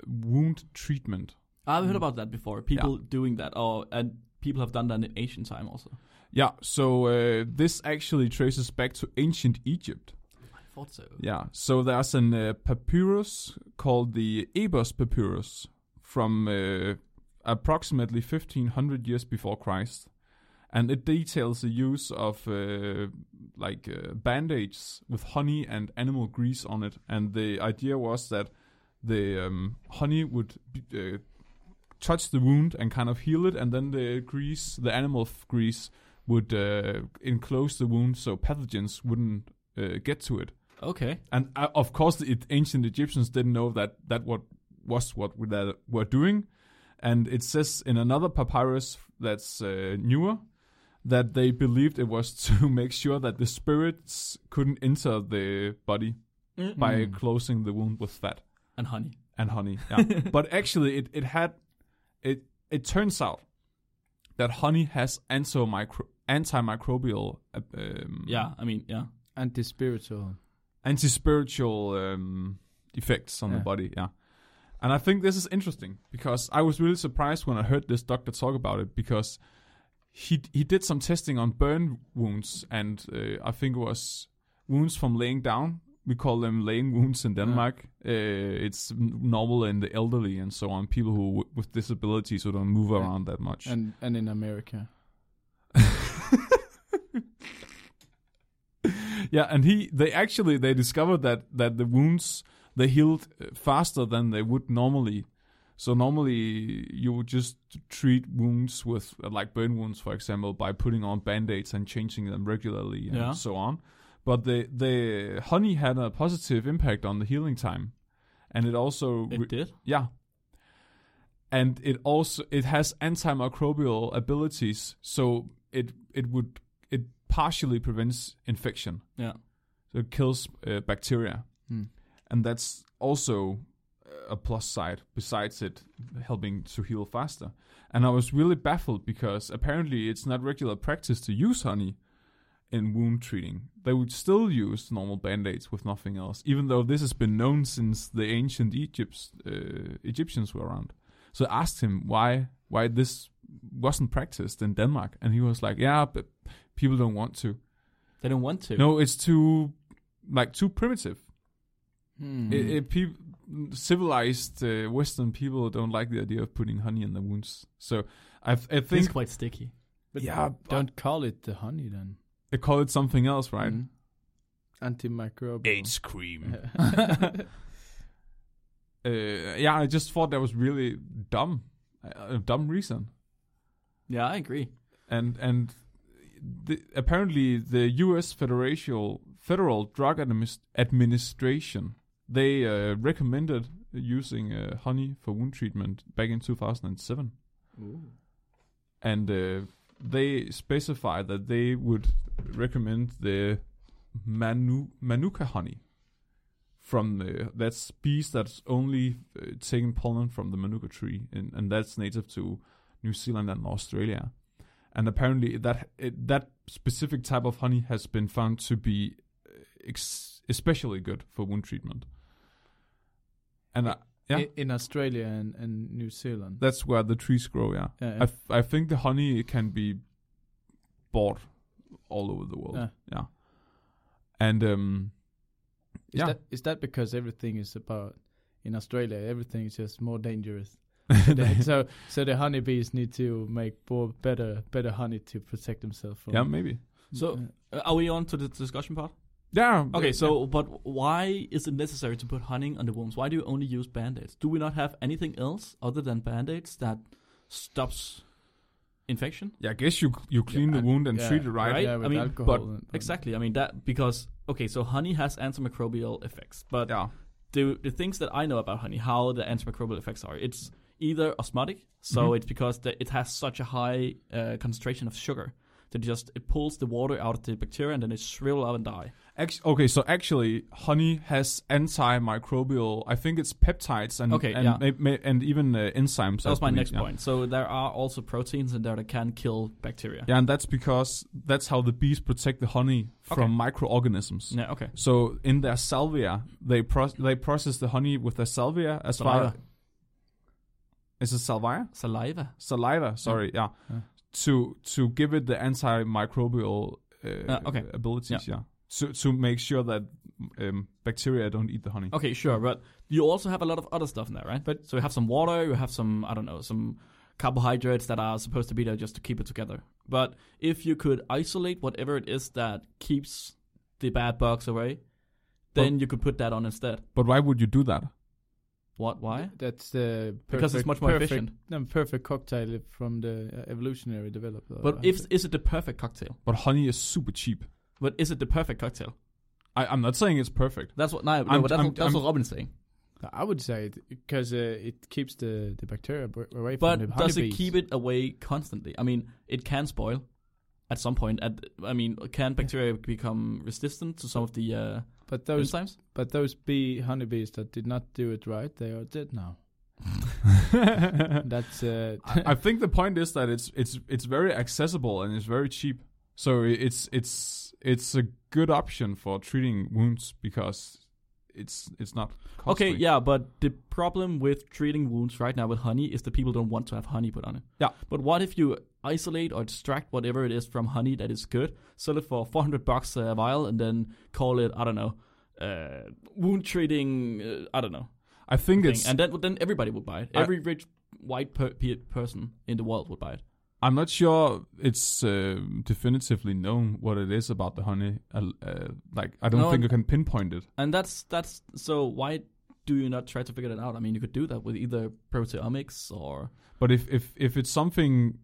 wound treatment.
I've heard about that before. People doing that. Oh, and people have done that in ancient time also.
Yeah, so uh, this actually traces back to ancient Egypt.
I thought so.
Yeah, so there's an uh, papyrus called the Ebers papyrus from uh, approximately 1500 years before Christ, and it details the use of uh, like uh, bandages with honey and animal grease on it, and the idea was that the um, honey would be, uh, touch the wound and kind of heal it, and then the grease, the animal f- grease, would uh, enclose the wound so pathogens wouldn't uh, get to it.
Okay.
And uh, of course, the it, ancient Egyptians didn't know that that what was what we- that were doing. And it says in another papyrus that's uh, newer that they believed it was to make sure that the spirits couldn't enter the body by
Mm.
closing the wound with fat
And honey.
and honey. Yeah. but actually, it, it had it. It turns out that honey has antimicro- antimicrobial, uh, um,
Yeah, I mean, yeah.
Anti-spiritual.
anti-spiritual um, effects on the
Yeah.
body. Yeah, and I think this is interesting because I was really surprised when I heard this doctor talk about it because he he did some testing on burn wounds and uh, I think it was wounds from laying down. We call them laying wounds in Denmark. Uh, it's n- normal in the elderly and so on, people who w- with disabilities who don't move
Yeah.
around that much.
And and in America.
yeah and he they actually they discovered that that the wounds they healed uh, faster than they would normally so normally you would just treat wounds with uh, like burn wounds for example by putting on band-aids and changing them regularly and
Yeah.
so on but the the honey had a positive impact on the healing time and it also
It
re-
did.
yeah. And it also it has antimicrobial abilities, so it it would it partially prevents infection.
Yeah.
So it kills uh, bacteria.
Hmm.
And that's also uh, a plus side besides it helping to heal faster. And I was really baffled because apparently it's not regular practice to use honey in wound treating. They would still use normal band-aids with nothing else, even though this has been known since the ancient Egypt's, uh, Egyptians were around. So I asked him why why this wasn't practiced in Denmark, and he was like, "Yeah, but people don't want to.
They don't want to.
No, it's too like too primitive.
Hmm.
Mm. It, it, peop- civilized uh, Western people don't like the idea of putting honey in their wounds. So I, f- I
It's
think
quite sticky.
yeah,
Don't call it the honey then.
they call it something else, right?
Mm. Antimicrobial.
cream. uh, yeah, I just thought that was really dumb, uh, a a dumb reason.
Yeah, I agree.
And and the, apparently the U.S. Federal Federal Drug Adminis- Administration they uh, recommended using uh, honey for wound treatment back in 2007,
Ooh.
and uh, they specified that they would recommend the Manu- Manuka honey from the that species that's only uh, taking pollen from the Manuka tree, and, and that's native to New Zealand and Australia. And apparently, that it, that specific type of honey has been found to be uh, ex- especially good for wound treatment. And I, Yeah.
I- in Australia and, and New Zealand.
that's where the trees grow. Yeah,
Yeah, yeah.
I, f- I think the honey can be bought all over the world.
Yeah.
yeah. And um,
Is
Yeah.
that is that because everything is about in Australia everything is just more dangerous. so so the honeybees need to make more better better honey to protect themselves from
yeah, maybe.
So, Uh, are we on to the discussion part?
Yeah.
Okay, so, but why is it necessary to put honey on the wounds? Why do you only use band aids? Do we not have anything else other than band aids that stops infection?
yeah, I guess you you clean the
I-
wound and
yeah,
treat it right.
right?
Yeah, with
I mean,
alcohol
but-
and-
Exactly. I mean, that because, okay, so honey has antimicrobial effects, but
Yeah.
the the things that I know about honey, how the antimicrobial effects are, it's either osmotic, so
Mm-hmm.
Mhm.
it's because the, it has such a high uh, concentration of sugar that it just it pulls the water out of the bacteria and then it shrivel up and die.
Act- okay, so actually, honey has antimicrobial. I think it's peptides and
Okay,
and,
yeah.
ma- ma- and even uh, enzymes.
that
I
was my
believe,
next
yeah.
point. So there are also proteins in there that can kill bacteria.
Yeah, and that's because that's how the bees protect the honey from microorganisms.
Yeah, okay.
So in their salvia, they pro- they process the honey with their salvia as far.
Saliva.
Is it salvia?
Saliva.
Saliva. Sorry, yeah.
Yeah.
To to give it the antimicrobial uh,
Ah, okay.
abilities. Yeah. To to make sure that um, bacteria don't eat the honey.
Okay, sure, but you also have a lot of other stuff in there, right? But so you have some water, you have some I don't know, some carbohydrates that are supposed to be there just to keep it together. But if you could isolate whatever it is that keeps the bad bugs away, then you could put that on instead.
But why would you do that?
What? Why?
That's the perfect,
Because it's much more
perfect,
efficient.
No, perfect cocktail from the uh, evolutionary developer.
Uh,
But if is it the perfect cocktail?
But honey is super cheap.
But is it the perfect cocktail?
I, I'm not saying it's perfect.
That's what. No, no,
I'm-
but that's,
I'm-
what, that's
I'm-
what Robin's saying.
I would say it because uh, it keeps the, the bacteria b- away from the
But does it
honeybees.
keep it away constantly? I mean, it can spoil at some point. At I mean, can bacteria become resistant to some of the uh,
But those
enzymes?
but those bee honeybees that did not do it right, they are dead now. That's uh,
I I think the point is that it's it's it's very accessible and it's very cheap. So i- it's it's it's a good option for treating wounds because it's it's not costly.
Okay, yeah, but the problem with treating wounds right now with honey is that people don't want to have honey put on it.
Yeah.
But what if you isolate or extract whatever it is from honey that is good, sell it for 400 bucks a vial, and then call it, I don't know, uh, wound treating, uh, I don't know.
I think
thing.
it's
And then, then everybody would buy it.
I-
Every rich white per- pe- person in the world would buy it.
I'm not sure it's uh, definitively known what it is about the honey. Uh, uh, like I don't
No,
think
and-
I can pinpoint it.
And that's, that's so why do you not try to figure that out? I mean, you could do that with either proteomics or.
But if if if it's something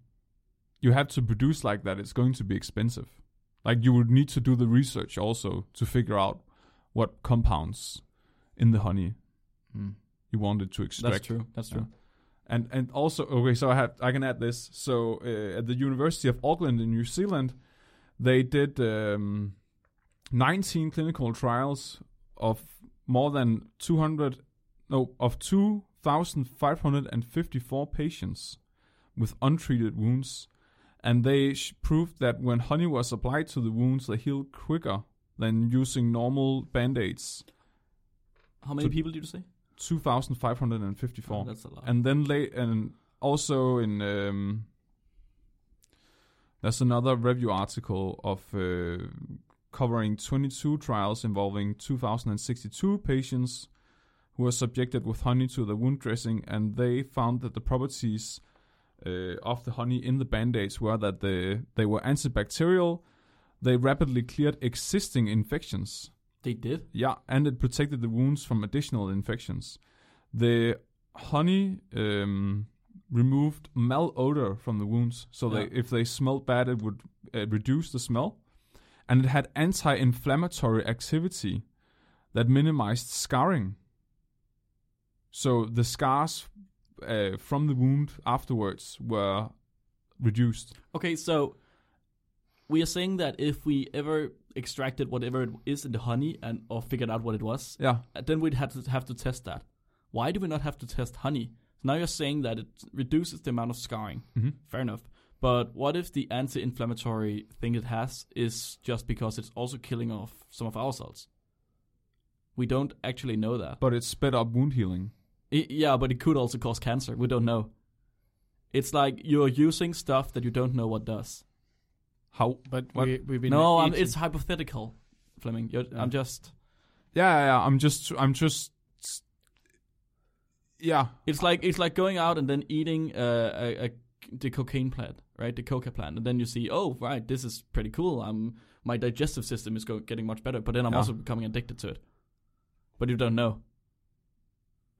you have to produce like that, it's going to be expensive. Like you would need to do the research also to figure out what compounds in the honey
mm.
you wanted to extract.
Hmm. That's true. That's true.
And and also okay, so I have I can add this. So uh, at the University of Auckland in New Zealand, they did um, 19 clinical trials of more than 200 no of 2,554 patients with untreated wounds, and they sh- proved that when honey was applied to the wounds, they healed quicker than using normal band aids.
How many
So-
people did you say?
2,554
That's a lot.
and then late and also in um there's another review article of uh, covering 22 trials involving 2062 patients who were subjected with honey to the wound dressing and they found that the properties uh, of the honey in the band-aids were that the, they were antibacterial they rapidly cleared existing infections
they did?
yeah, and it protected the wounds from additional infections. The honey um, removed malodor from the wounds, so
Yeah.
they, if they smelled bad, it would uh, reduce the smell. And it had anti-inflammatory activity that minimized scarring. So the scars uh, from the wound afterwards were reduced.
Okay, so we are saying that if we ever extracted whatever it is in the honey and or figured out what it was,
Yeah,
uh, then we'd have to have to test that. Why do we not have to test honey? Now you're saying that it reduces the amount of scarring.
Mhm.
Fair enough. But what if the anti-inflammatory thing it has is just because it's also killing off some of our cells? We don't actually know that.
but it sped up wound healing.
I- yeah, but it could also cause cancer. We don't know. It's like you're using stuff that you don't know what does.
How?
But
What?
we we've been
No, I'm,
eating-
it's hypothetical, Fleming. You're,
Yeah.
I'm just.
Yeah, yeah, yeah. I'm just, I'm just, yeah.
It's like it's like going out and then eating uh, a, a, the cocaine plant, right? The coca plant, and then you see, oh, right, this is pretty cool. I'm my digestive system is go- getting much better, but then I'm
Yeah.
also becoming addicted to it. But you don't know.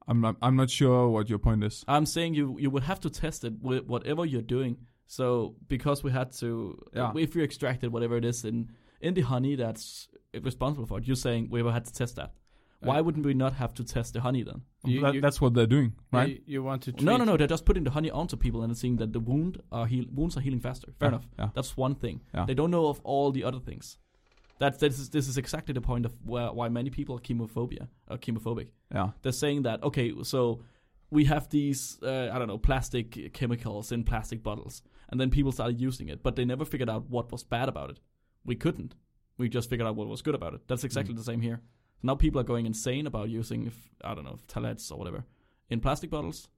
I'm not, I'm not sure what your point is.
I'm saying you you would have to test it with whatever you're doing. So because we had to,
Yeah.
if you extracted whatever it is in in the honey that's responsible for it, you're saying we had to test that. Why
Uh,
wouldn't we not have to test the honey then?
You-
That-
you-
that's what they're doing, right?
You, you want to treat
No, no, no. They're just putting the honey onto people and seeing that the wound are heal- wounds are healing faster. Fair enough.
Yeah.
That's one thing.
Yeah.
They don't know of all the other things. That this is this is exactly the point of where, why many people are chemophobia or chemophobic.
Yeah.
They're saying that okay, so we have these uh, I don't know plastic chemicals in plastic bottles, and then people started using it, but they never figured out what was bad about it. We couldn't. We just figured out what was good about it. That's exactly
Mm.
the same here. Now people are going insane about using if, I don't know tallets or whatever in plastic bottles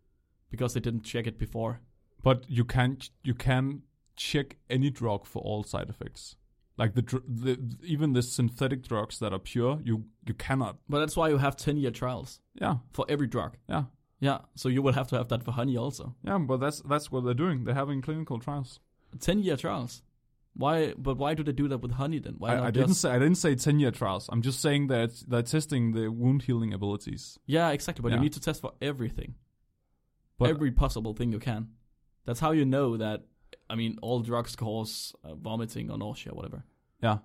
because they didn't check it before.
But you can, you can check any drug for all side effects. Like the, dr- the even the synthetic drugs that are pure, you you cannot.
But that's why you have ten year trials
Yeah,
for every drug.
yeah,
Yeah, so you will have to have that for honey also.
yeah. But that's that's what they're doing. They're having clinical trials.
Ten year trials. Why? But why do they do that with honey then? Why
I,
not
I didn't
just-
say I didn't say ten year trials. I'm just saying that they're testing the wound healing abilities.
Yeah, exactly. But
Yeah.
you need to test for everything,
But
every possible thing you can. That's how you know that. I mean, all drugs cause uh, vomiting or nausea, whatever.
yeah,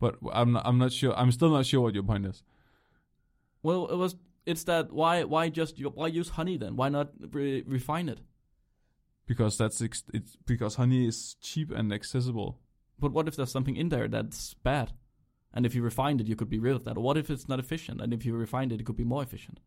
but I'm not, I'm not sure. I'm still not sure what your point is.
Well, it was. It's that why? Why just? Why use honey then? Why not re- refine it?
because that's ex- it's because honey is cheap and accessible.
But what if there's something in there that's bad? And if you refined it, you could be rid of that. Or what if it's not efficient? And if you refined it, it could be more efficient.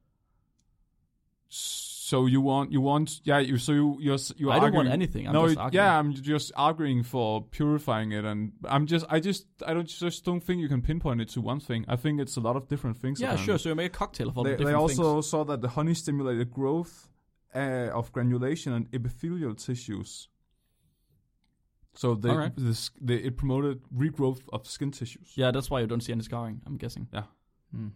So you want you want yeah you so you you're s- you're
I don't
arguing,
want anything. I'm
no
just
it-
arguing.
yeah I'm just arguing for purifying it and I'm just I just I don't just don't think you can pinpoint it to one thing. I think it's a lot of different things.
Yeah,
apparently.
sure. So you make a cocktail of all
They,
the
they
different
also
things.
saw that the honey stimulated growth uh, of granulation and epithelial tissues. So they,
Alright.
the s they it promoted regrowth of skin tissues.
Yeah, that's why you don't see any scarring. I'm guessing.
Mm.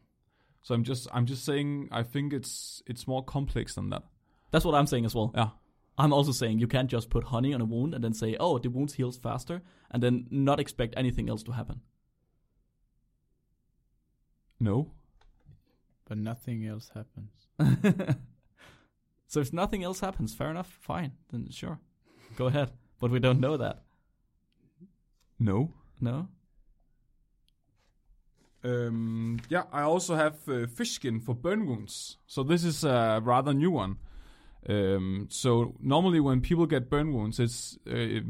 So I'm just I'm just saying I think it's it's more complex than that.
That's what I'm saying as well.
Yeah.
I'm also saying you can't just put honey on a wound and then say, "Oh, the wound heals faster," and then not expect anything else to happen.
No.
But nothing else happens.
so if nothing else happens, fair enough. Fine, then sure, go ahead. But we don't know that.
No.
No.
Um, yeah, I also have uh, fish skin for burn wounds. So this is a rather new one. Um, so normally when people get burn wounds, it's uh,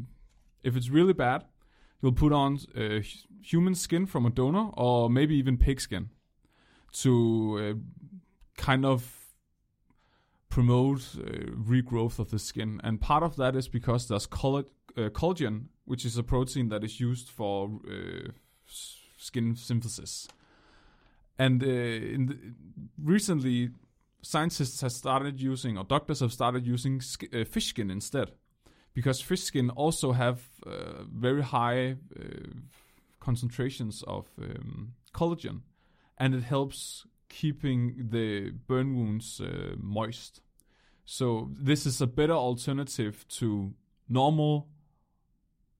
if it's really bad, you'll put on uh, hu- human skin from a donor or maybe even pig skin to uh, kind of promote uh, regrowth of the skin. And part of that is because there's colla- uh, collagen, which is a protein that is used for uh, s- skin synthesis. And uh, in the, recently, scientists have started using, or doctors have started using sk- uh, fish skin instead, because fish skin also have uh, very high uh, concentrations of um, collagen, and it helps keeping the burn wounds uh, moist. So this is a better alternative to normal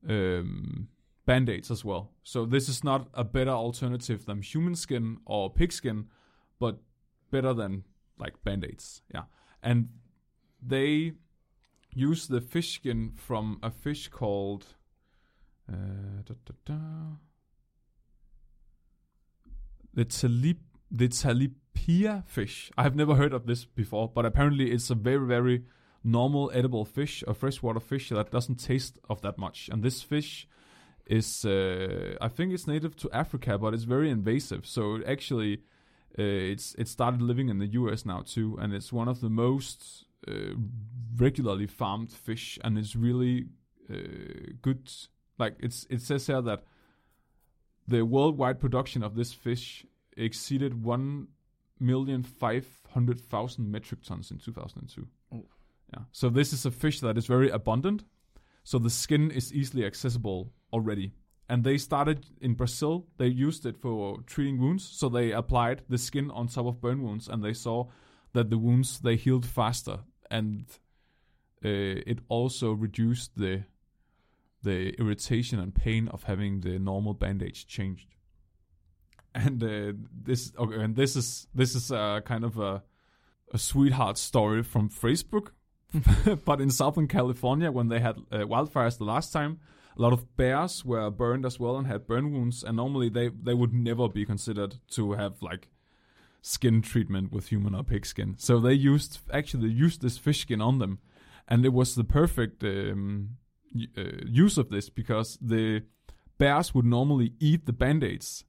um, band-aids as well. So this is not a better alternative than human skin or pig skin, but better than like band-aids. Yeah. And they use the fish skin from a fish called uh, da, da, da, the talip the talipia fish. I have never heard of this before, but apparently it's a very very normal edible fish, a freshwater fish that doesn't taste of that much. And this fish is uh, I think it's native to Africa, but it's very invasive. So it actually uh, it's it started living in the U.S. now too, and it's one of the most uh, regularly farmed fish, and it's really uh, good. Like it's it says here that the worldwide production of this fish exceeded one million five hundred thousand metric tons in two thousand and two.
Oh.
Yeah. So this is a fish that is very abundant. So the skin is easily accessible already. And they started in Brazil. They used it for treating wounds. So they applied the skin on top of burn wounds, and they saw that the wounds they healed faster, and uh, it also reduced the the irritation and pain of having the normal bandage changed. And uh, this okay, and this is this is a kind of a a sweetheart story from Facebook, but in Southern California when they had uh, wildfires the last time, a lot of bears were burned as well and had burn wounds, and normally they they would never be considered to have like skin treatment with human or pig skin. So they used actually used this fish skin on them, and it was the perfect um, y- uh, use of this because the bears would normally eat the band aids,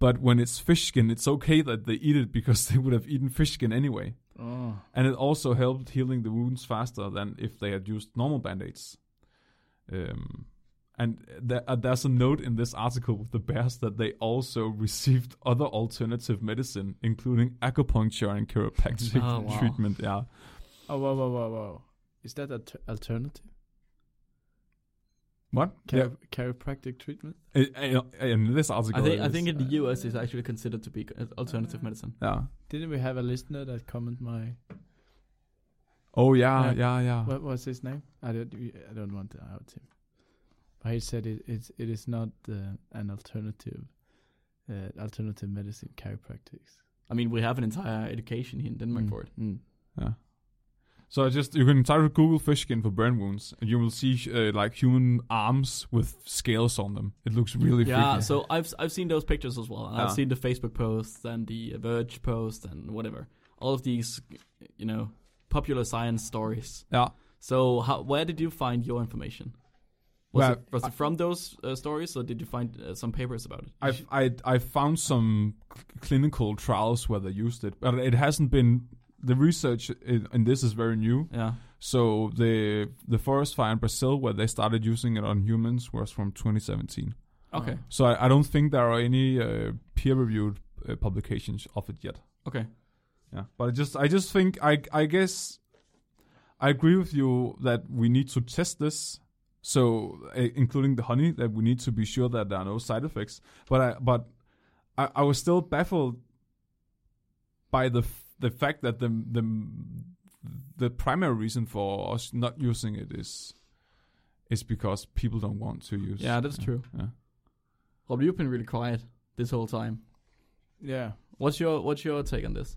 but when it's fish skin, it's okay that they eat it because they would have eaten fish skin anyway.
Oh.
And it also helped healing the wounds faster than if they had used normal band-aids. Um, and there, uh, there's a note in this article with the bears that they also received other alternative medicine, including acupuncture and chiropractic
Oh, wow.
treatment. Yeah,
Oh, whoa, whoa, whoa, whoa. Is that an alternative?
what?
Chiro- Chiropractic treatment?
yeah. In, in this article,
I think I
it
think
is.
in the US it's actually considered to be alternative medicine.
yeah.
Didn't we have a listener that comment my
Oh yeah,
Yeah.
Oh, yeah, yeah.
what was his name? I don't I don't want to out him. But he said it, it's, it is not uh, an alternative uh, alternative medicine chiropractics.
I mean, we have an entire education here in Denmark for it.
Mm.
Yeah. So I just you can type Google fish skin for burn wounds, and you will see uh, like human arms with scales on them. It looks really
yeah,
freaky.
so I've I've seen those pictures as well. And I've
Yeah.
seen the Facebook posts and the Verge post and whatever. All of these, you know, popular science stories.
Yeah.
So how, where did you find your information? Was,
Well,
it, was it from those uh, stories, or did you find uh, some papers about it?
I've, I I found some cl- clinical trials where they used it, but it hasn't been the research in, in this is very new.
yeah,
So the the forest fire in Brazil where they started using it on humans was from 2017.
okay,
So I, I don't think there are any uh, peer reviewed uh, publications of it yet.
okay.
Yeah, but I just I just think I I guess I agree with you that we need to test this. So uh, including the honey, that we need to be sure that there are no side effects. But I but I, I was still baffled by the f- the fact that the the the primary reason for us not using it is is because people don't want to use.
Yeah, that's true.
Yeah.
Rob, you've been really quiet this whole time.
Yeah.
What's your What's your take on this?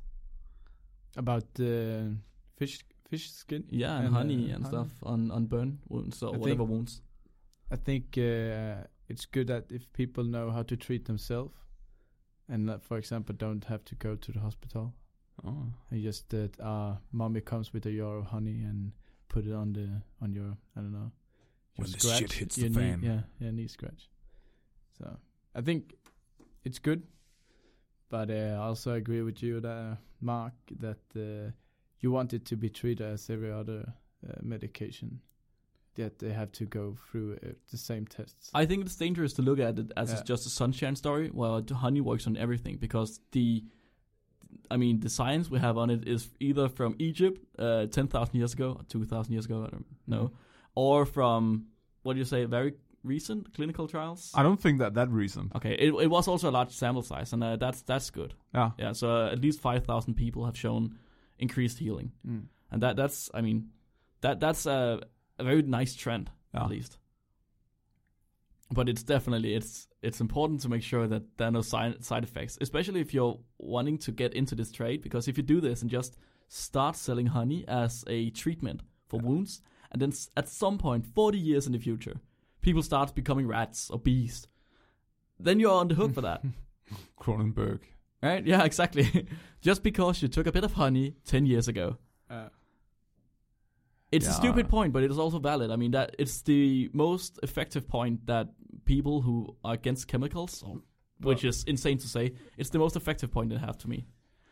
About uh, fish fish skin.
Yeah, and,
And,
honey
uh, honey.
and stuff on on burn wounds or
I
whatever
think-
wounds.
I think uh, it's good that if people know how to treat themselves, and that, for example, don't have to go to the hospital,
Oh.
and just that uh, mommy comes with a jar of honey and put it on the on your I don't know. Your
When the shit hits the
your knee-
fan.
yeah, yeah, knee scratch. So I think it's good, but uh, I also agree with you, there, Mark, that uh, you want it to be treated as every other uh, medication. That they have to go through uh, the same tests.
I think it's dangerous to look at it as
Yeah.
it's just a sunshine story, while the honey works on everything because the, I mean, the science we have on it is either from Egypt, uh, ten thousand years ago, or two thousand years ago, I don't know,
Mm-hmm.
or from what do you say, very recent clinical trials.
I don't think that that reason.
okay, it it was also a large sample size, and uh, that's that's good.
Yeah.
Yeah, so uh, at least five thousand people have shown increased healing,
Mm.
and that that's I mean, that that's a, a very nice trend
Yeah.
at least. But it's definitely it's it's important to make sure that there are no side side effects, especially if you're wanting to get into this trade. Because if you do this and just start selling honey as a treatment for wounds, and then s- at some point, forty years in the future, people start becoming rats or bees, then you're on the hook for that.
Cronenberg.
Right? Yeah, exactly. Just because you took a bit of honey 10 years ago.
Uh,
It's a
Yeah.
stupid point, but it is also valid. I mean, that it's the most effective point that people who are against chemicals, or, which is insane to say, it's the most effective point they have to me.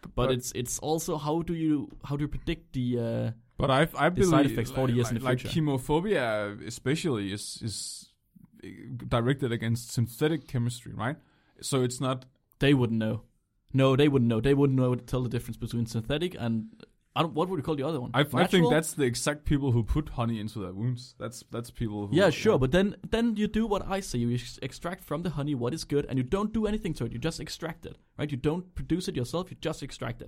But,
But-
it's it's also how do you how do you predict the uh,
But I, I
The
believe
side effects 40 years in the
like
future.
chemophobia, especially, is is directed against synthetic chemistry, right? So it's not.
they wouldn't know. No, they wouldn't know. They wouldn't know to tell the difference between synthetic and I don't, what would you call the other one?
I, I think
Natural?
that's the exact people who put honey into their wounds. That's that's people. Who,
Yeah, sure, but then then you do what I say. You ex- extract from the honey what is good, and you don't do anything to it. You just extract it, right? You don't produce it yourself. You just extract it.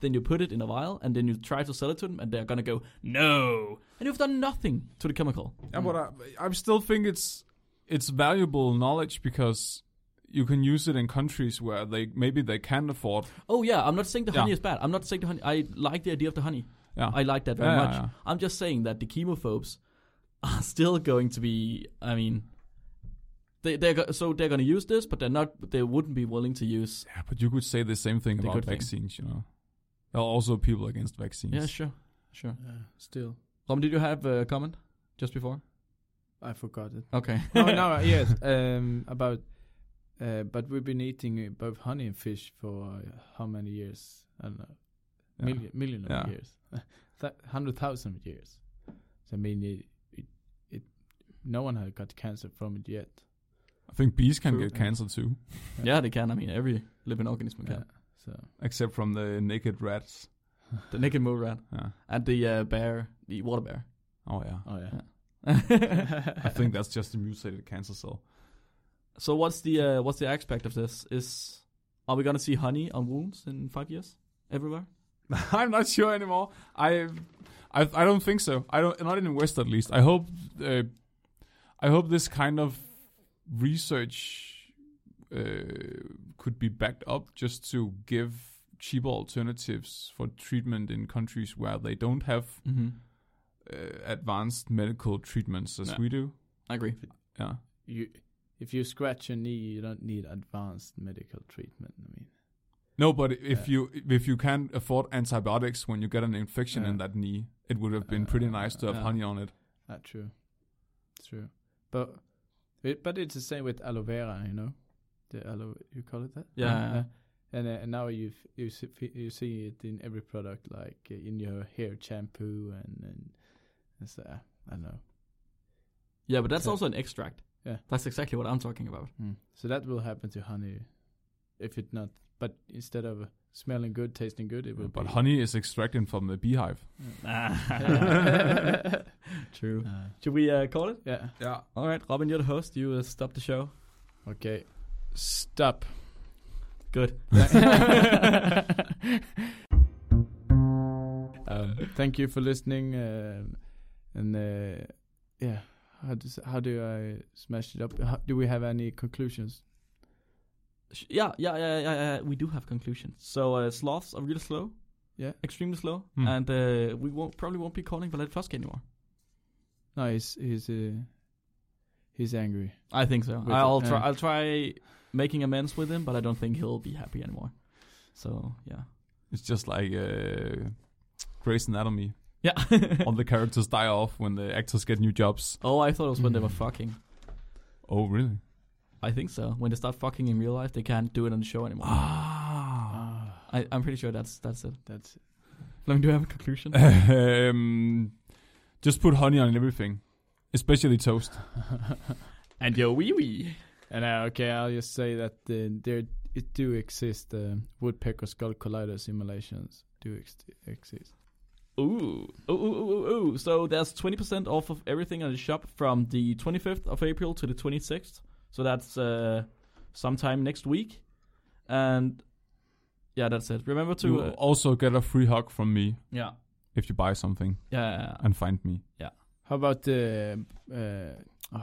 Then you put it in a vial, and then you try to sell it to them, and they're gonna go no, and you've done nothing to the chemical.
Yeah, but I, I still think it's it's valuable knowledge because you can use it in countries where they maybe they can afford.
Oh yeah, I'm not saying the
Yeah.
honey is bad. I'm not saying the honey. I like the idea of the honey.
Yeah,
I like that very
Yeah, yeah,
much.
yeah.
I'm just saying that the chemophobes are still going to be. I mean, they they're go- so they're gonna use this, but they're not. They wouldn't be willing to use.
yeah, but you could say the same thing
The
about
good thing.
vaccines. You know, there are also people against vaccines.
Yeah, sure, sure.
yeah, still,
Tom, did you have a comment just before?
I forgot it.
Okay.
no, no, yes. Um, about, uh, but we've been eating uh, both honey and fish for uh, how many years? I don't know,
Yeah.
million, million of
Yeah.
years, Th- hundred thousand years. So I mean, it, it, it, no one had got cancer from it yet.
I think bees can
True.
get cancer too,
yeah, they can. I mean, every living organism
Yeah.
can.
So
except from the naked rats.
The naked mole rat
Yeah.
and the uh, bear, the water bear.
Oh yeah.
oh yeah,
Yeah.
I think that's just a mutated cancer cell.
so what's the uh, what's the aspect of this? Is are we gonna see honey on wounds in five years everywhere?
I'm not sure anymore. I, I, I don't think so. I don't not in the West at least. I hope. Uh, I hope this kind of research uh, could be backed up just to give cheaper alternatives for treatment in countries where they don't have
Mm-hmm.
uh, advanced medical treatments as
Yeah.
we do.
I agree.
Yeah.
You, if you scratch your knee, you don't need advanced medical treatment. I mean,
No, but if
Yeah.
you if you can't afford antibiotics when you get an infection in
Yeah. Uh,
that knee, it would have been pretty nice to have
Yeah.
honey on it.
that's true. It's true. But it, but it's the same with aloe vera, you know? The aloe, you call it that?
Yeah, yeah, yeah.
And, uh, and now you f- you see, you see it in every product, like uh, in your hair shampoo and and, and so, uh, I don't know.
Yeah, but that's
Yeah.
also an extract.
Yeah.
That's exactly what I'm talking about.
Hmm. So that will happen to honey, if it not. But instead of smelling good, tasting good, it will.
But
be,
honey is extracted from the beehive.
Yeah.
True.
Uh,
Should we uh, call it?
yeah.
Yeah.
All right, Robin, you're the host. You uh, stop the show.
Okay. Stop.
Good.
um, thank you for listening. Um and uh, yeah, how does how do I smash it up? How, do we have any conclusions?
Sh- Yeah, yeah, yeah, yeah, yeah. We do have conclusions. So uh, sloths are really slow.
Yeah.
Extremely slow,
Hmm.
and uh, we won't probably won't be calling Valet Flask anymore.
No, he's he's uh, he's angry.
I think so.
With-
I'll
yeah.
try. I'll try making amends with him, but I don't think he'll be happy anymore. So yeah,
It's just like uh, Grey's Anatomy.
yeah.
All the characters die off when the actors get new jobs.
oh, I thought it was when they were fucking.
Oh, really?
I think so. When they start fucking in real life, they can't do it on the show anymore.
Ah.
Ah,
I, I'm pretty sure that's that's it.
that's
Fleming, do you have a conclusion?
um, just put honey on everything, especially toast.
and your wee wee.
and uh, okay. I'll just say that uh, there it do exist. Uh, woodpecker skull collider simulations do ex- exist.
Ooh. Ooh, ooh, ooh, ooh, ooh. So there's 20% off of everything on the shop from the 25th of April to the 26th. So that's uh, sometime next week. And yeah, that's it. Remember to.
You
Uh,
also get a free hug from me
yeah.
if you buy something
Yeah.
and find me.
How about the uh, oh,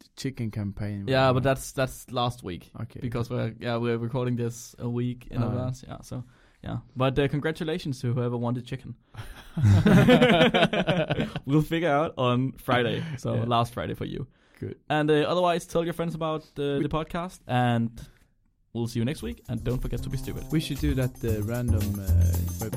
the chicken campaign?
Yeah, but that's that's last week
okay.
because we're yeah we're recording this a week in
Oh, yeah.
advance. Yeah, so yeah. But uh, congratulations to whoever won the chicken. we'll figure out on Friday. So
Yeah.
last Friday for you.
Good.
And uh, otherwise, tell your friends about uh,
We-
the podcast, and we'll see you next week. And don't forget to be stupid.
we should do that uh, random. Uh, web-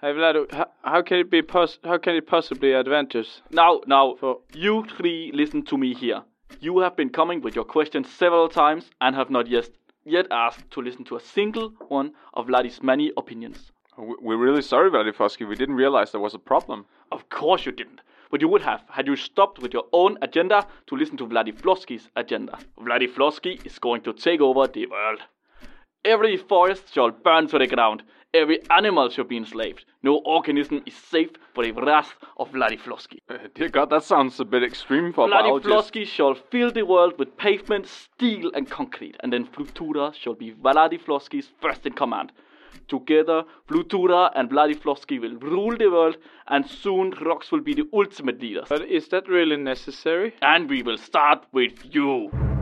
Hey Vlado, how, how can it be pos- how can it possibly advantage
Now, now,
for
you three, listen to me here. You have been coming with your questions several times and have not yet yet asked to listen to a single one of Vladdy's many opinions.
We're really sorry, Vladivosky. We didn't realize there was a problem.
Of course you didn't. But you would have had you stopped with your own agenda to listen to Vladivosky's agenda. Vladivosky is going to take over the world. Every forest shall burn to the ground. Every animal shall be enslaved. No organism is safe for the wrath of Vladivosky.
dear God, that sounds a bit extreme for
Vladivosky shall fill the world with pavement, steel, and concrete, and then Flutura shall be Vladivosky's first in command. Together, Flutura and Vladivosky will rule the world, and soon Rox will be the ultimate leader.
But is that really necessary?
And we will start with you.